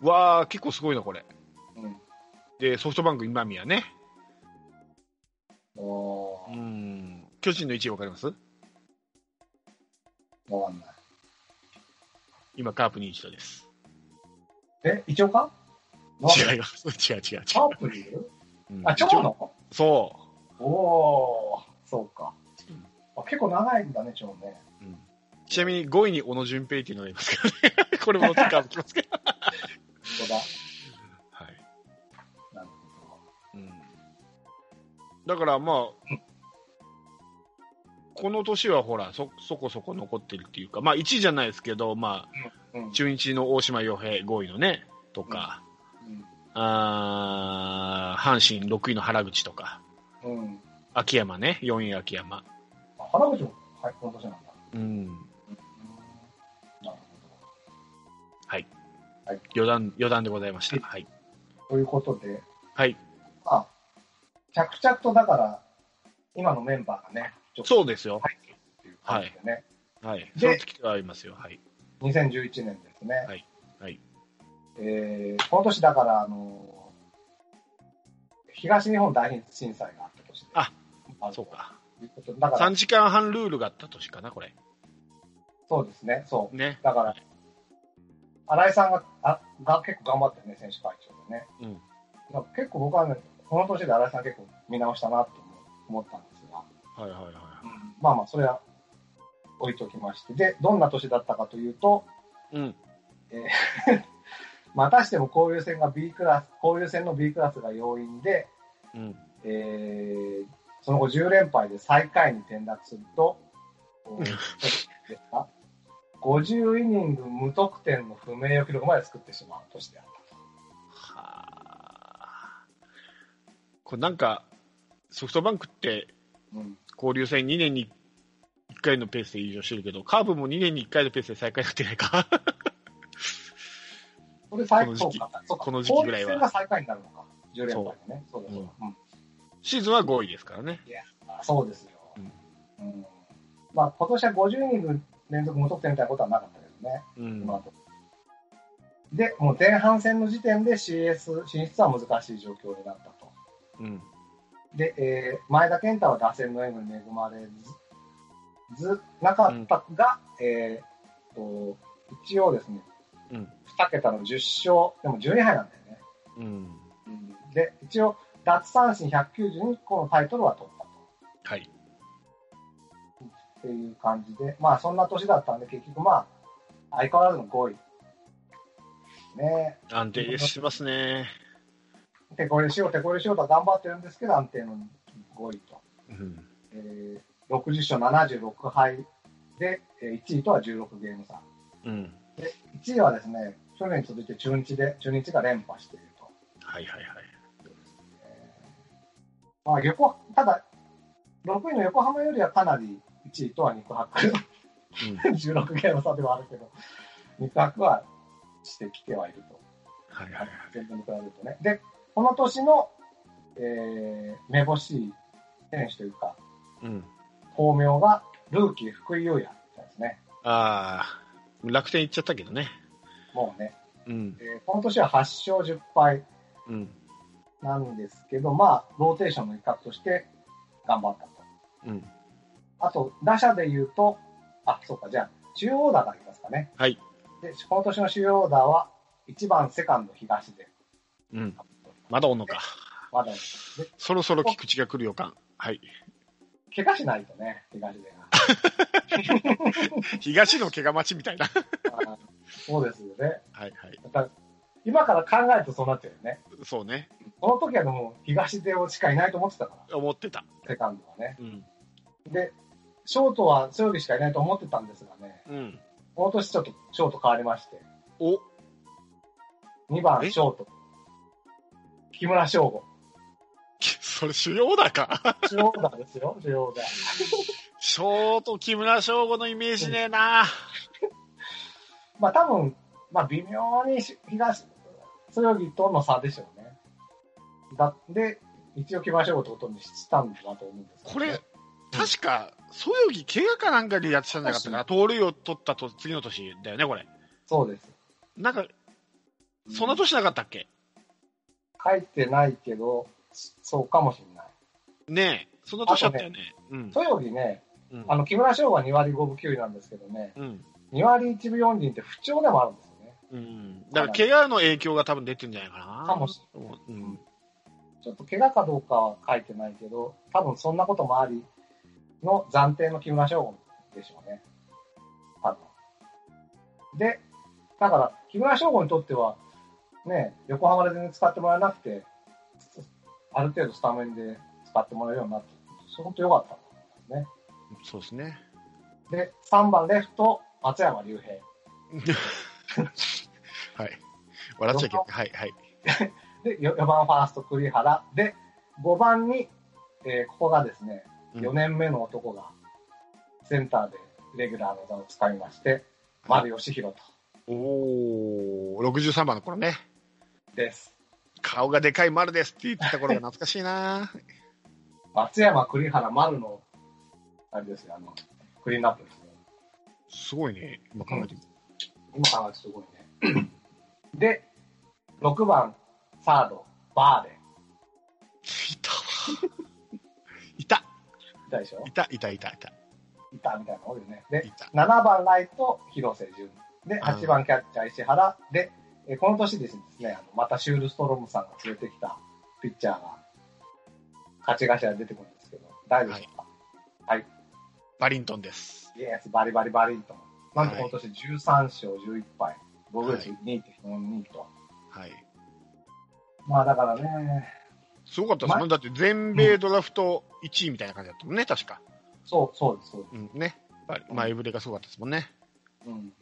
[SPEAKER 2] わー、結構すごいな、これ。
[SPEAKER 1] うん。
[SPEAKER 2] で、ソフトバンク今宮ね。
[SPEAKER 1] お
[SPEAKER 2] う
[SPEAKER 1] ー
[SPEAKER 2] ん。巨人の1位わかります
[SPEAKER 1] わかんない。
[SPEAKER 2] 今、カープに一度です。
[SPEAKER 1] え、一応か
[SPEAKER 2] 違います。違う違う違
[SPEAKER 1] カープにいる
[SPEAKER 2] ううん。
[SPEAKER 1] あ、長野
[SPEAKER 2] そ
[SPEAKER 1] おー、そうか
[SPEAKER 2] うん。
[SPEAKER 1] あ結構長いんだね、長野ね。
[SPEAKER 2] う。うんちなみに5位に小野純平っていうのがいますからね。 これもカープ来ますけど。
[SPEAKER 1] 本当だ。
[SPEAKER 2] はい。
[SPEAKER 1] なるほど。
[SPEAKER 2] うんだからまあ、この年はほらそ、そこそこ残ってるっていうか、まあ1位じゃないですけど、ま
[SPEAKER 1] うん
[SPEAKER 2] あ、。中日の大島洋平5位のね、とか、あー阪神6位の原口とか、
[SPEAKER 1] うん。うん。
[SPEAKER 2] 秋山ね、4位秋山。
[SPEAKER 1] あ原口も、はい、この年なんだ。
[SPEAKER 2] うん。
[SPEAKER 1] なる
[SPEAKER 2] 余談、余談でございました。はい。
[SPEAKER 1] ほど。ということで、
[SPEAKER 2] はい。
[SPEAKER 1] あ、着々とだから、今のメンバーがね、ちょっと
[SPEAKER 2] そうですよ。
[SPEAKER 1] 入ってるっていう感じでね、
[SPEAKER 2] はい。
[SPEAKER 1] で
[SPEAKER 2] その時はありますよ。はい。
[SPEAKER 1] 2011年ですね。
[SPEAKER 2] はいはい。
[SPEAKER 1] えー、この年だから、あのー東日本大震災があった年で。
[SPEAKER 2] あ、
[SPEAKER 1] あ
[SPEAKER 2] そう。か。
[SPEAKER 1] ということでだから
[SPEAKER 2] 3、時間半ルールがあった年かな、これ。
[SPEAKER 1] そうですね、そう。
[SPEAKER 2] ね。
[SPEAKER 1] だから、新井さんがあが結構頑張ってね、選手会長でね。
[SPEAKER 2] うん。
[SPEAKER 1] だから結構僕はね、この年で新井さん結構見直したなと思ったんですが、
[SPEAKER 2] はいはいはい。
[SPEAKER 1] まあまあ、それは置いときまして。で、どんな年だったかというと、
[SPEAKER 2] うん。
[SPEAKER 1] またしても交流戦が B クラス、交流戦の B クラスが要因で、
[SPEAKER 2] うん。
[SPEAKER 1] えー、その後10連敗で最下位に転落する と、おーですか50イニング無得点の不名誉記録まで作ってしまう年であった。
[SPEAKER 2] はあ。これなんか、ソフトバンクって
[SPEAKER 1] うん、
[SPEAKER 2] 交流戦2年に1回のペースで優勝してるけど、カーブも2年に1回のペースで最下位になってないか。
[SPEAKER 1] これ最
[SPEAKER 2] この時
[SPEAKER 1] そう
[SPEAKER 2] 期
[SPEAKER 1] かそうか
[SPEAKER 2] この時期ぐらいは
[SPEAKER 1] 交流戦が最下位になるのか。10連敗でね。そうだそうだ。うん
[SPEAKER 2] シーズンは5位ですからね。
[SPEAKER 1] あそうですよ。うんまあ、今年は50イニング連続無得点みたいなことはなかったけどね、
[SPEAKER 2] うん。
[SPEAKER 1] 今のところで、もう前半戦の時点で CS 進出は難しい状況になったと。
[SPEAKER 2] うん。
[SPEAKER 1] で、えー前田健太は打線の縁に恵まれず、ずなかったが、えーと、一応ですね、
[SPEAKER 2] うん
[SPEAKER 1] 2桁の10勝、でも12敗なんだよね。
[SPEAKER 2] うん。
[SPEAKER 1] で、一応、奪三振192個のタイトルは取ったと。
[SPEAKER 2] はい。
[SPEAKER 1] っていう感じで、まあそんな年だったんで、結局まあ、相変わらずの5位。ね
[SPEAKER 2] 安定してますね。
[SPEAKER 1] え、手こ入れしよう、手こ入れしようと頑張ってるんですけど、安定の5位と。
[SPEAKER 2] うん。
[SPEAKER 1] えー、60勝76敗で、えー1位とは16ゲーム差。
[SPEAKER 2] うん。
[SPEAKER 1] 1位はですね、去年に続いて中日で、中日が連覇していると。
[SPEAKER 2] はいはいはい。
[SPEAKER 1] まあ横、ただ、6位の横浜よりはかなり1位とは肉薄。
[SPEAKER 2] うん。
[SPEAKER 1] 16ゲーム差ではあるけど、肉薄はしてきてはいると。
[SPEAKER 2] はいはいはい。
[SPEAKER 1] 全然に比べるとね。で、この年の、えー、めぼしい選手というか、
[SPEAKER 2] うん。
[SPEAKER 1] 巧妙が、ルーキー福井優也なんですね。
[SPEAKER 2] ああ、楽天行っちゃったけどね。
[SPEAKER 1] もうね、
[SPEAKER 2] うん。
[SPEAKER 1] えーこの年は8勝10敗
[SPEAKER 2] うん。
[SPEAKER 1] なんですけど、まあ、ローテーションの一角として頑張ったと。
[SPEAKER 2] うん。
[SPEAKER 1] あと、打者で言うと、あ、そうか、じゃあ、中央オーダーがいきますかね。
[SPEAKER 2] はい。
[SPEAKER 1] で、この年の中央オーダーは、1番セカンド東で、
[SPEAKER 2] うん。まだおんのか。
[SPEAKER 1] まだ、
[SPEAKER 2] そろそろ菊池が来る予感。はい。
[SPEAKER 1] 怪我しないとね、東でが。
[SPEAKER 2] 東の怪我待ちみたいな。
[SPEAKER 1] あーそうですよね。
[SPEAKER 2] はいはい。
[SPEAKER 1] だから今から考えるとそうなっちゃうよね。
[SPEAKER 2] そうね。
[SPEAKER 1] この時はでも東出しかいないと思ってたか
[SPEAKER 2] 思ってた。
[SPEAKER 1] ら、セカンドはね。
[SPEAKER 2] うん。
[SPEAKER 1] で、ショートはそよぎしかいないと思ってたんですがね、
[SPEAKER 2] うん。
[SPEAKER 1] この年ちょっとショート変わりまして、
[SPEAKER 2] お、
[SPEAKER 1] 2番
[SPEAKER 2] え
[SPEAKER 1] ショート、木村翔吾。
[SPEAKER 2] それ主要だか。
[SPEAKER 1] 主要だですよ、主要だ。
[SPEAKER 2] ショート木村翔吾のイメージねえな。
[SPEAKER 1] まあ多分、まあ微妙にし東、そよぎとの差でしょうね。だで、一応木村翔吾とことにしたんだと思うんですけ
[SPEAKER 2] こ
[SPEAKER 1] どね
[SPEAKER 2] れ、確か、そよぎ怪我かなんかでやってたんじゃなかったかな。盗塁を取ったと次の年だよね、これ。
[SPEAKER 1] そうです。
[SPEAKER 2] なんか、そんな年なかったっけ
[SPEAKER 1] 書いてないけど、そうかもしれない。
[SPEAKER 2] ねえ。そんな年だったよね。うん。
[SPEAKER 1] そよぎね、
[SPEAKER 2] うん
[SPEAKER 1] あの、木村翔は2割5分9厘なんですけどね、
[SPEAKER 2] うん。
[SPEAKER 1] 2割1分4厘って不調でもあるんですよね。
[SPEAKER 2] うん。だから、怪我の影響が多分出てんじゃないかな。
[SPEAKER 1] かもし
[SPEAKER 2] うん。
[SPEAKER 1] ちょっと怪我かどうかは書いてないけど、多分そんなこともありの暫定の木村翔吾でしょうね。多分。で、だから、木村翔吾にとっては、ね、横浜で全然使ってもらえなくて、ある程度スタメンで使ってもらえるようになって、本当良かったと思いますね。
[SPEAKER 2] そうですね。
[SPEAKER 1] で、3番レフト、松山竜平。
[SPEAKER 2] はい。笑っちゃいけない。はい、はい。
[SPEAKER 1] で、4番ファースト、栗原。で、5番に、えーここがですね、
[SPEAKER 2] うん
[SPEAKER 1] 4年目の男が、センターでレギュラーの座をつかみまして、丸義弘と、
[SPEAKER 2] おー、63番の頃ね。
[SPEAKER 1] です。
[SPEAKER 2] 顔がでかい丸ですって言ってた頃が懐かしいな
[SPEAKER 1] 松山、栗原、丸の、あれですよ、あの、クリーンアップですね。
[SPEAKER 2] すごいね。今考えてみて。
[SPEAKER 1] 今考えてすごいね。で、6番、サード、バーレ。
[SPEAKER 2] いたわ。いた、
[SPEAKER 1] いたでしょ
[SPEAKER 2] いた、いた、いた、いた。
[SPEAKER 1] いたみたいなの多いよね。で、
[SPEAKER 2] いた。
[SPEAKER 1] 7番ライト、広瀬淳。で、
[SPEAKER 2] ん
[SPEAKER 1] 8番キャッチャー、石原。で、えーこの年ですね、あのまたシュールストロムさんが連れてきたピッチャーが、勝ち頭で出てくるんですけど、大丈夫でしょうか、
[SPEAKER 2] バリントンです。
[SPEAKER 1] イエス、バリバリバリと。なんと
[SPEAKER 2] は
[SPEAKER 1] こ
[SPEAKER 2] い
[SPEAKER 1] の年13勝11敗、防御率
[SPEAKER 2] は
[SPEAKER 1] 2.42と。
[SPEAKER 2] はい。
[SPEAKER 1] まあだからね、
[SPEAKER 2] すごかったですね。だって全米ドラフト1位みたいな感じだったもんね、確か。
[SPEAKER 1] そう、そうです、そうで
[SPEAKER 2] うん、ね。やっぱり前触れがすごかったですもんね。
[SPEAKER 1] す。うん。
[SPEAKER 2] うん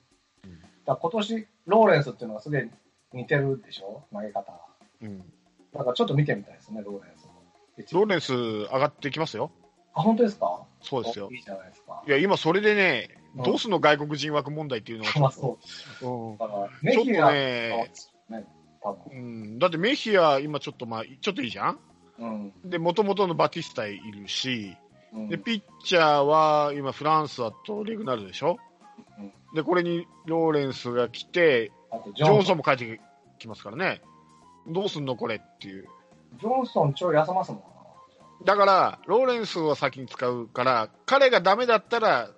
[SPEAKER 1] だから今年、ローレンスっていうのがすでに似てるでしょ投げ方が。
[SPEAKER 2] うん。
[SPEAKER 1] だからちょっと見てみたいですね、ローレンスも。
[SPEAKER 2] ローレンス上がってきますよ。
[SPEAKER 1] あ、本当ですか
[SPEAKER 2] そうですよ
[SPEAKER 1] お。いいじゃないですか
[SPEAKER 2] い。や、今それでね、
[SPEAKER 1] うん
[SPEAKER 2] どうすんの外国人枠問題っていうのがち
[SPEAKER 1] ま
[SPEAKER 2] ょ
[SPEAKER 1] あ
[SPEAKER 2] っと、
[SPEAKER 1] そ
[SPEAKER 2] うん
[SPEAKER 1] う。だから、
[SPEAKER 2] ちょ
[SPEAKER 1] メ
[SPEAKER 2] っ
[SPEAKER 1] ヒ
[SPEAKER 2] と
[SPEAKER 1] アと
[SPEAKER 2] ね、
[SPEAKER 1] ね、多分。
[SPEAKER 2] うん、だってメヒア、今ちょっとまあ、ちょっといいじゃん
[SPEAKER 1] うん。
[SPEAKER 2] で、元々のバティスタいるし、
[SPEAKER 1] うん
[SPEAKER 2] で、ピッチャーは今フランスだとレグナルドでしょ
[SPEAKER 1] うん
[SPEAKER 2] で、これにローレンスが来て、
[SPEAKER 1] あとジ
[SPEAKER 2] ジョ
[SPEAKER 1] ョ
[SPEAKER 2] ン
[SPEAKER 1] ンソ
[SPEAKER 2] ソンも帰ってきますからね。どうすんのこれっていう。
[SPEAKER 1] ン、ジョンソンちょい休ますもんな。
[SPEAKER 2] だから、ローレンスは先に使うから、彼がダメだったら、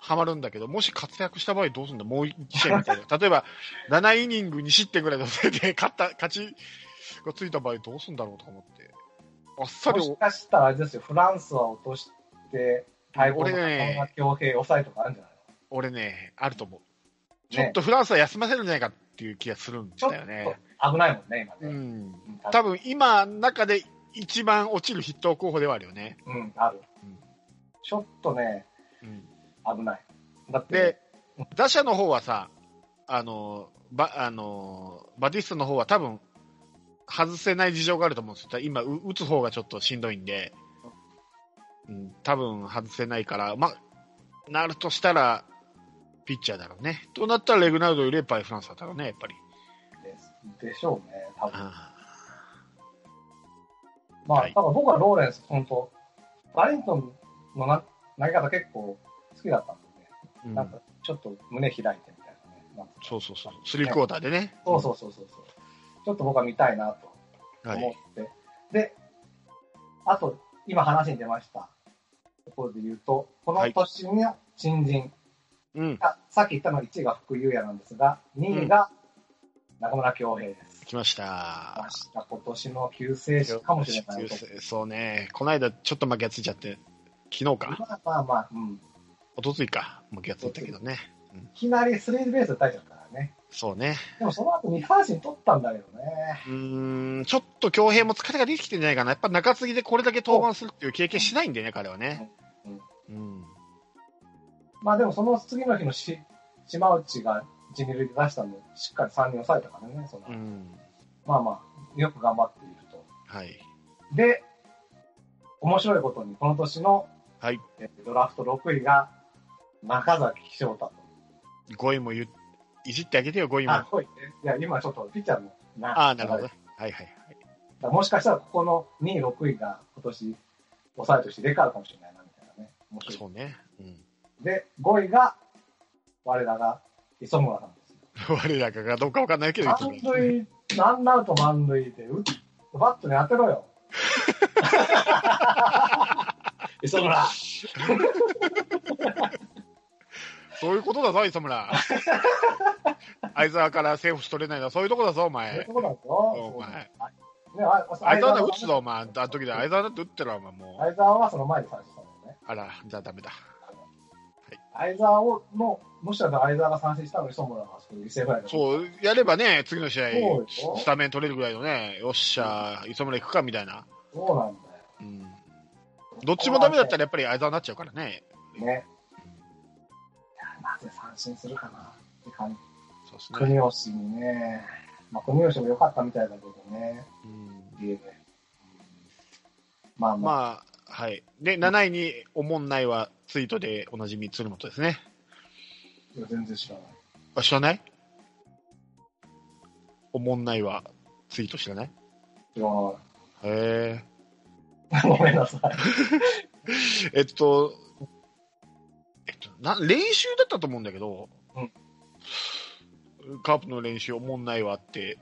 [SPEAKER 2] はまるんだけど、もし活躍した場合どうすんだもう1試合みたいな。例えば、7イニング2失点ぐらいのせいで、勝った、勝ちがついた場合どうすんだろうとか思って。あっさ
[SPEAKER 1] も
[SPEAKER 2] り
[SPEAKER 1] しかしたらあれですよ、フランスは落として、対抗の
[SPEAKER 2] 俺ね
[SPEAKER 1] 中村恭平抑えとかあるんじゃない
[SPEAKER 2] 俺ね、あると思う。
[SPEAKER 1] の
[SPEAKER 2] ちょっとフランスは休ませるんじゃないかっていう気がするん
[SPEAKER 1] ちょっ
[SPEAKER 2] だよね。
[SPEAKER 1] と危ないもんね、
[SPEAKER 2] う
[SPEAKER 1] 今ね。
[SPEAKER 2] ん。
[SPEAKER 1] うん、
[SPEAKER 2] 多分今、中で一番落ちる筆頭候補ではあるよね。
[SPEAKER 1] うん、ある
[SPEAKER 2] うん。
[SPEAKER 1] ちょっとね、
[SPEAKER 2] うん。
[SPEAKER 1] 危ない。だって、
[SPEAKER 2] で、打者の方はさ、あの、バあのバティストの方は多分、外せない事情があると思うんですよ。今、う打つ方がちょっとしんどいんで、うん、多分外せないから、ま、なるとしたら、ピッチャーだろうね。となったらレグナルドよりやっぱりフランスだったろうね、やっぱり。
[SPEAKER 1] ででしょうね、多分。
[SPEAKER 2] あ
[SPEAKER 1] まあ、
[SPEAKER 2] はい
[SPEAKER 1] だから僕はローレンス、本当バレントンのな投げ方結構好きだったんで、ね
[SPEAKER 2] ーうん
[SPEAKER 1] なんかちょっと胸開いてみたいなね。なんか
[SPEAKER 2] そうそうそう。スリークォーターでね。
[SPEAKER 1] そうそうそうそうそう。ちょっと僕は見たいなと
[SPEAKER 2] は
[SPEAKER 1] 思
[SPEAKER 2] い。
[SPEAKER 1] って。で、あと、今話に出ましたところで言うと、この年の新人、
[SPEAKER 2] うん。
[SPEAKER 1] あさっき言ったの1位が福優也なんですが、2位が中村恭平です。
[SPEAKER 2] 来ました。
[SPEAKER 1] ました今年の救世主かもしれないと。
[SPEAKER 2] そうね。この間ちょっと負けがついちゃって、昨日か。
[SPEAKER 1] まあまあまあ、うん。
[SPEAKER 2] 一昨日か。負けがついたけどね。
[SPEAKER 1] いきなりスリーベース打たれちゃったからね。
[SPEAKER 2] そうね。
[SPEAKER 1] でもその後2三振取ったんだけどね。
[SPEAKER 2] うーん、ちょっと強平も疲れが出てきてんじゃないかな。やっぱ中継ぎでこれだけ登板するっていう経験しないんでね、彼はね。うん。
[SPEAKER 1] まあでもその次の日のし島内が一二塁で出したんで、しっかり3人抑えたからね、その、
[SPEAKER 2] うん。
[SPEAKER 1] まあまあ、よく頑張っていると。
[SPEAKER 2] はい。
[SPEAKER 1] で、面白いことに、この年の、
[SPEAKER 2] はい
[SPEAKER 1] えードラフト6位が中崎翔太と。
[SPEAKER 2] 5位も言ういじってあげてよ、5位も。
[SPEAKER 1] あ
[SPEAKER 2] あ、
[SPEAKER 1] こいいや、今ちょっとピッチャーのな
[SPEAKER 2] あー、なるほど。
[SPEAKER 1] だ
[SPEAKER 2] はいはいはい。
[SPEAKER 1] からもしかしたらここの2位、6位が今年抑えとして入れ替わるかもしれないな、みたいなね。面白い
[SPEAKER 2] そうね。うん。
[SPEAKER 1] で、5位が、我らが磯村さんです。
[SPEAKER 2] 我らががどうかわかんないけど、
[SPEAKER 1] 満塁、ワンアウト満塁で、うバットに当てろ よ。磯村。
[SPEAKER 2] そういうことだぞ、磯 村。相沢からセーフし取れないのはそういうとこだぞ、
[SPEAKER 1] そうい
[SPEAKER 2] お
[SPEAKER 1] う
[SPEAKER 2] 前
[SPEAKER 1] と。こだぞ。
[SPEAKER 2] お前。
[SPEAKER 1] ね、ああ
[SPEAKER 2] 相沢だ、打つぞ、お前。あの時だ、相沢だって打ってるわ、お前もう。
[SPEAKER 1] 相沢はその前に三振したんだよね。
[SPEAKER 2] あら、じゃあダメだ。
[SPEAKER 1] 相沢をの、もしかしたら相沢が三振したのに磯村があそこで犠牲フライだう。
[SPEAKER 2] そう、やればね、次の試合、
[SPEAKER 1] そうよ
[SPEAKER 2] スタメン取れるぐらいのね、よっしゃ、磯村行くかみたいな、
[SPEAKER 1] そうなんだよ。
[SPEAKER 2] うん、どっちもダメだったらやっぱり相沢になっちゃうからね、
[SPEAKER 1] ね。いや、なぜ三振するかなって感じ。
[SPEAKER 2] そうですね、
[SPEAKER 1] 国吉にね、まあ、国吉も良かったみたいだけどね、
[SPEAKER 2] うん、
[SPEAKER 1] ゲーム。まあまあ、
[SPEAKER 2] まあ、はい、で、7位におもんないはツイートでおなじみ、鶴本ですね、
[SPEAKER 1] いや全然知らない。
[SPEAKER 2] あ知らないおもんないはツイート知らない
[SPEAKER 1] 知らな
[SPEAKER 2] へ
[SPEAKER 1] い。 ごめんなさい。
[SPEAKER 2] え、えっと、えっとな、練習だったと思うんだけど、
[SPEAKER 1] うん
[SPEAKER 2] カープの練習、おもんないわって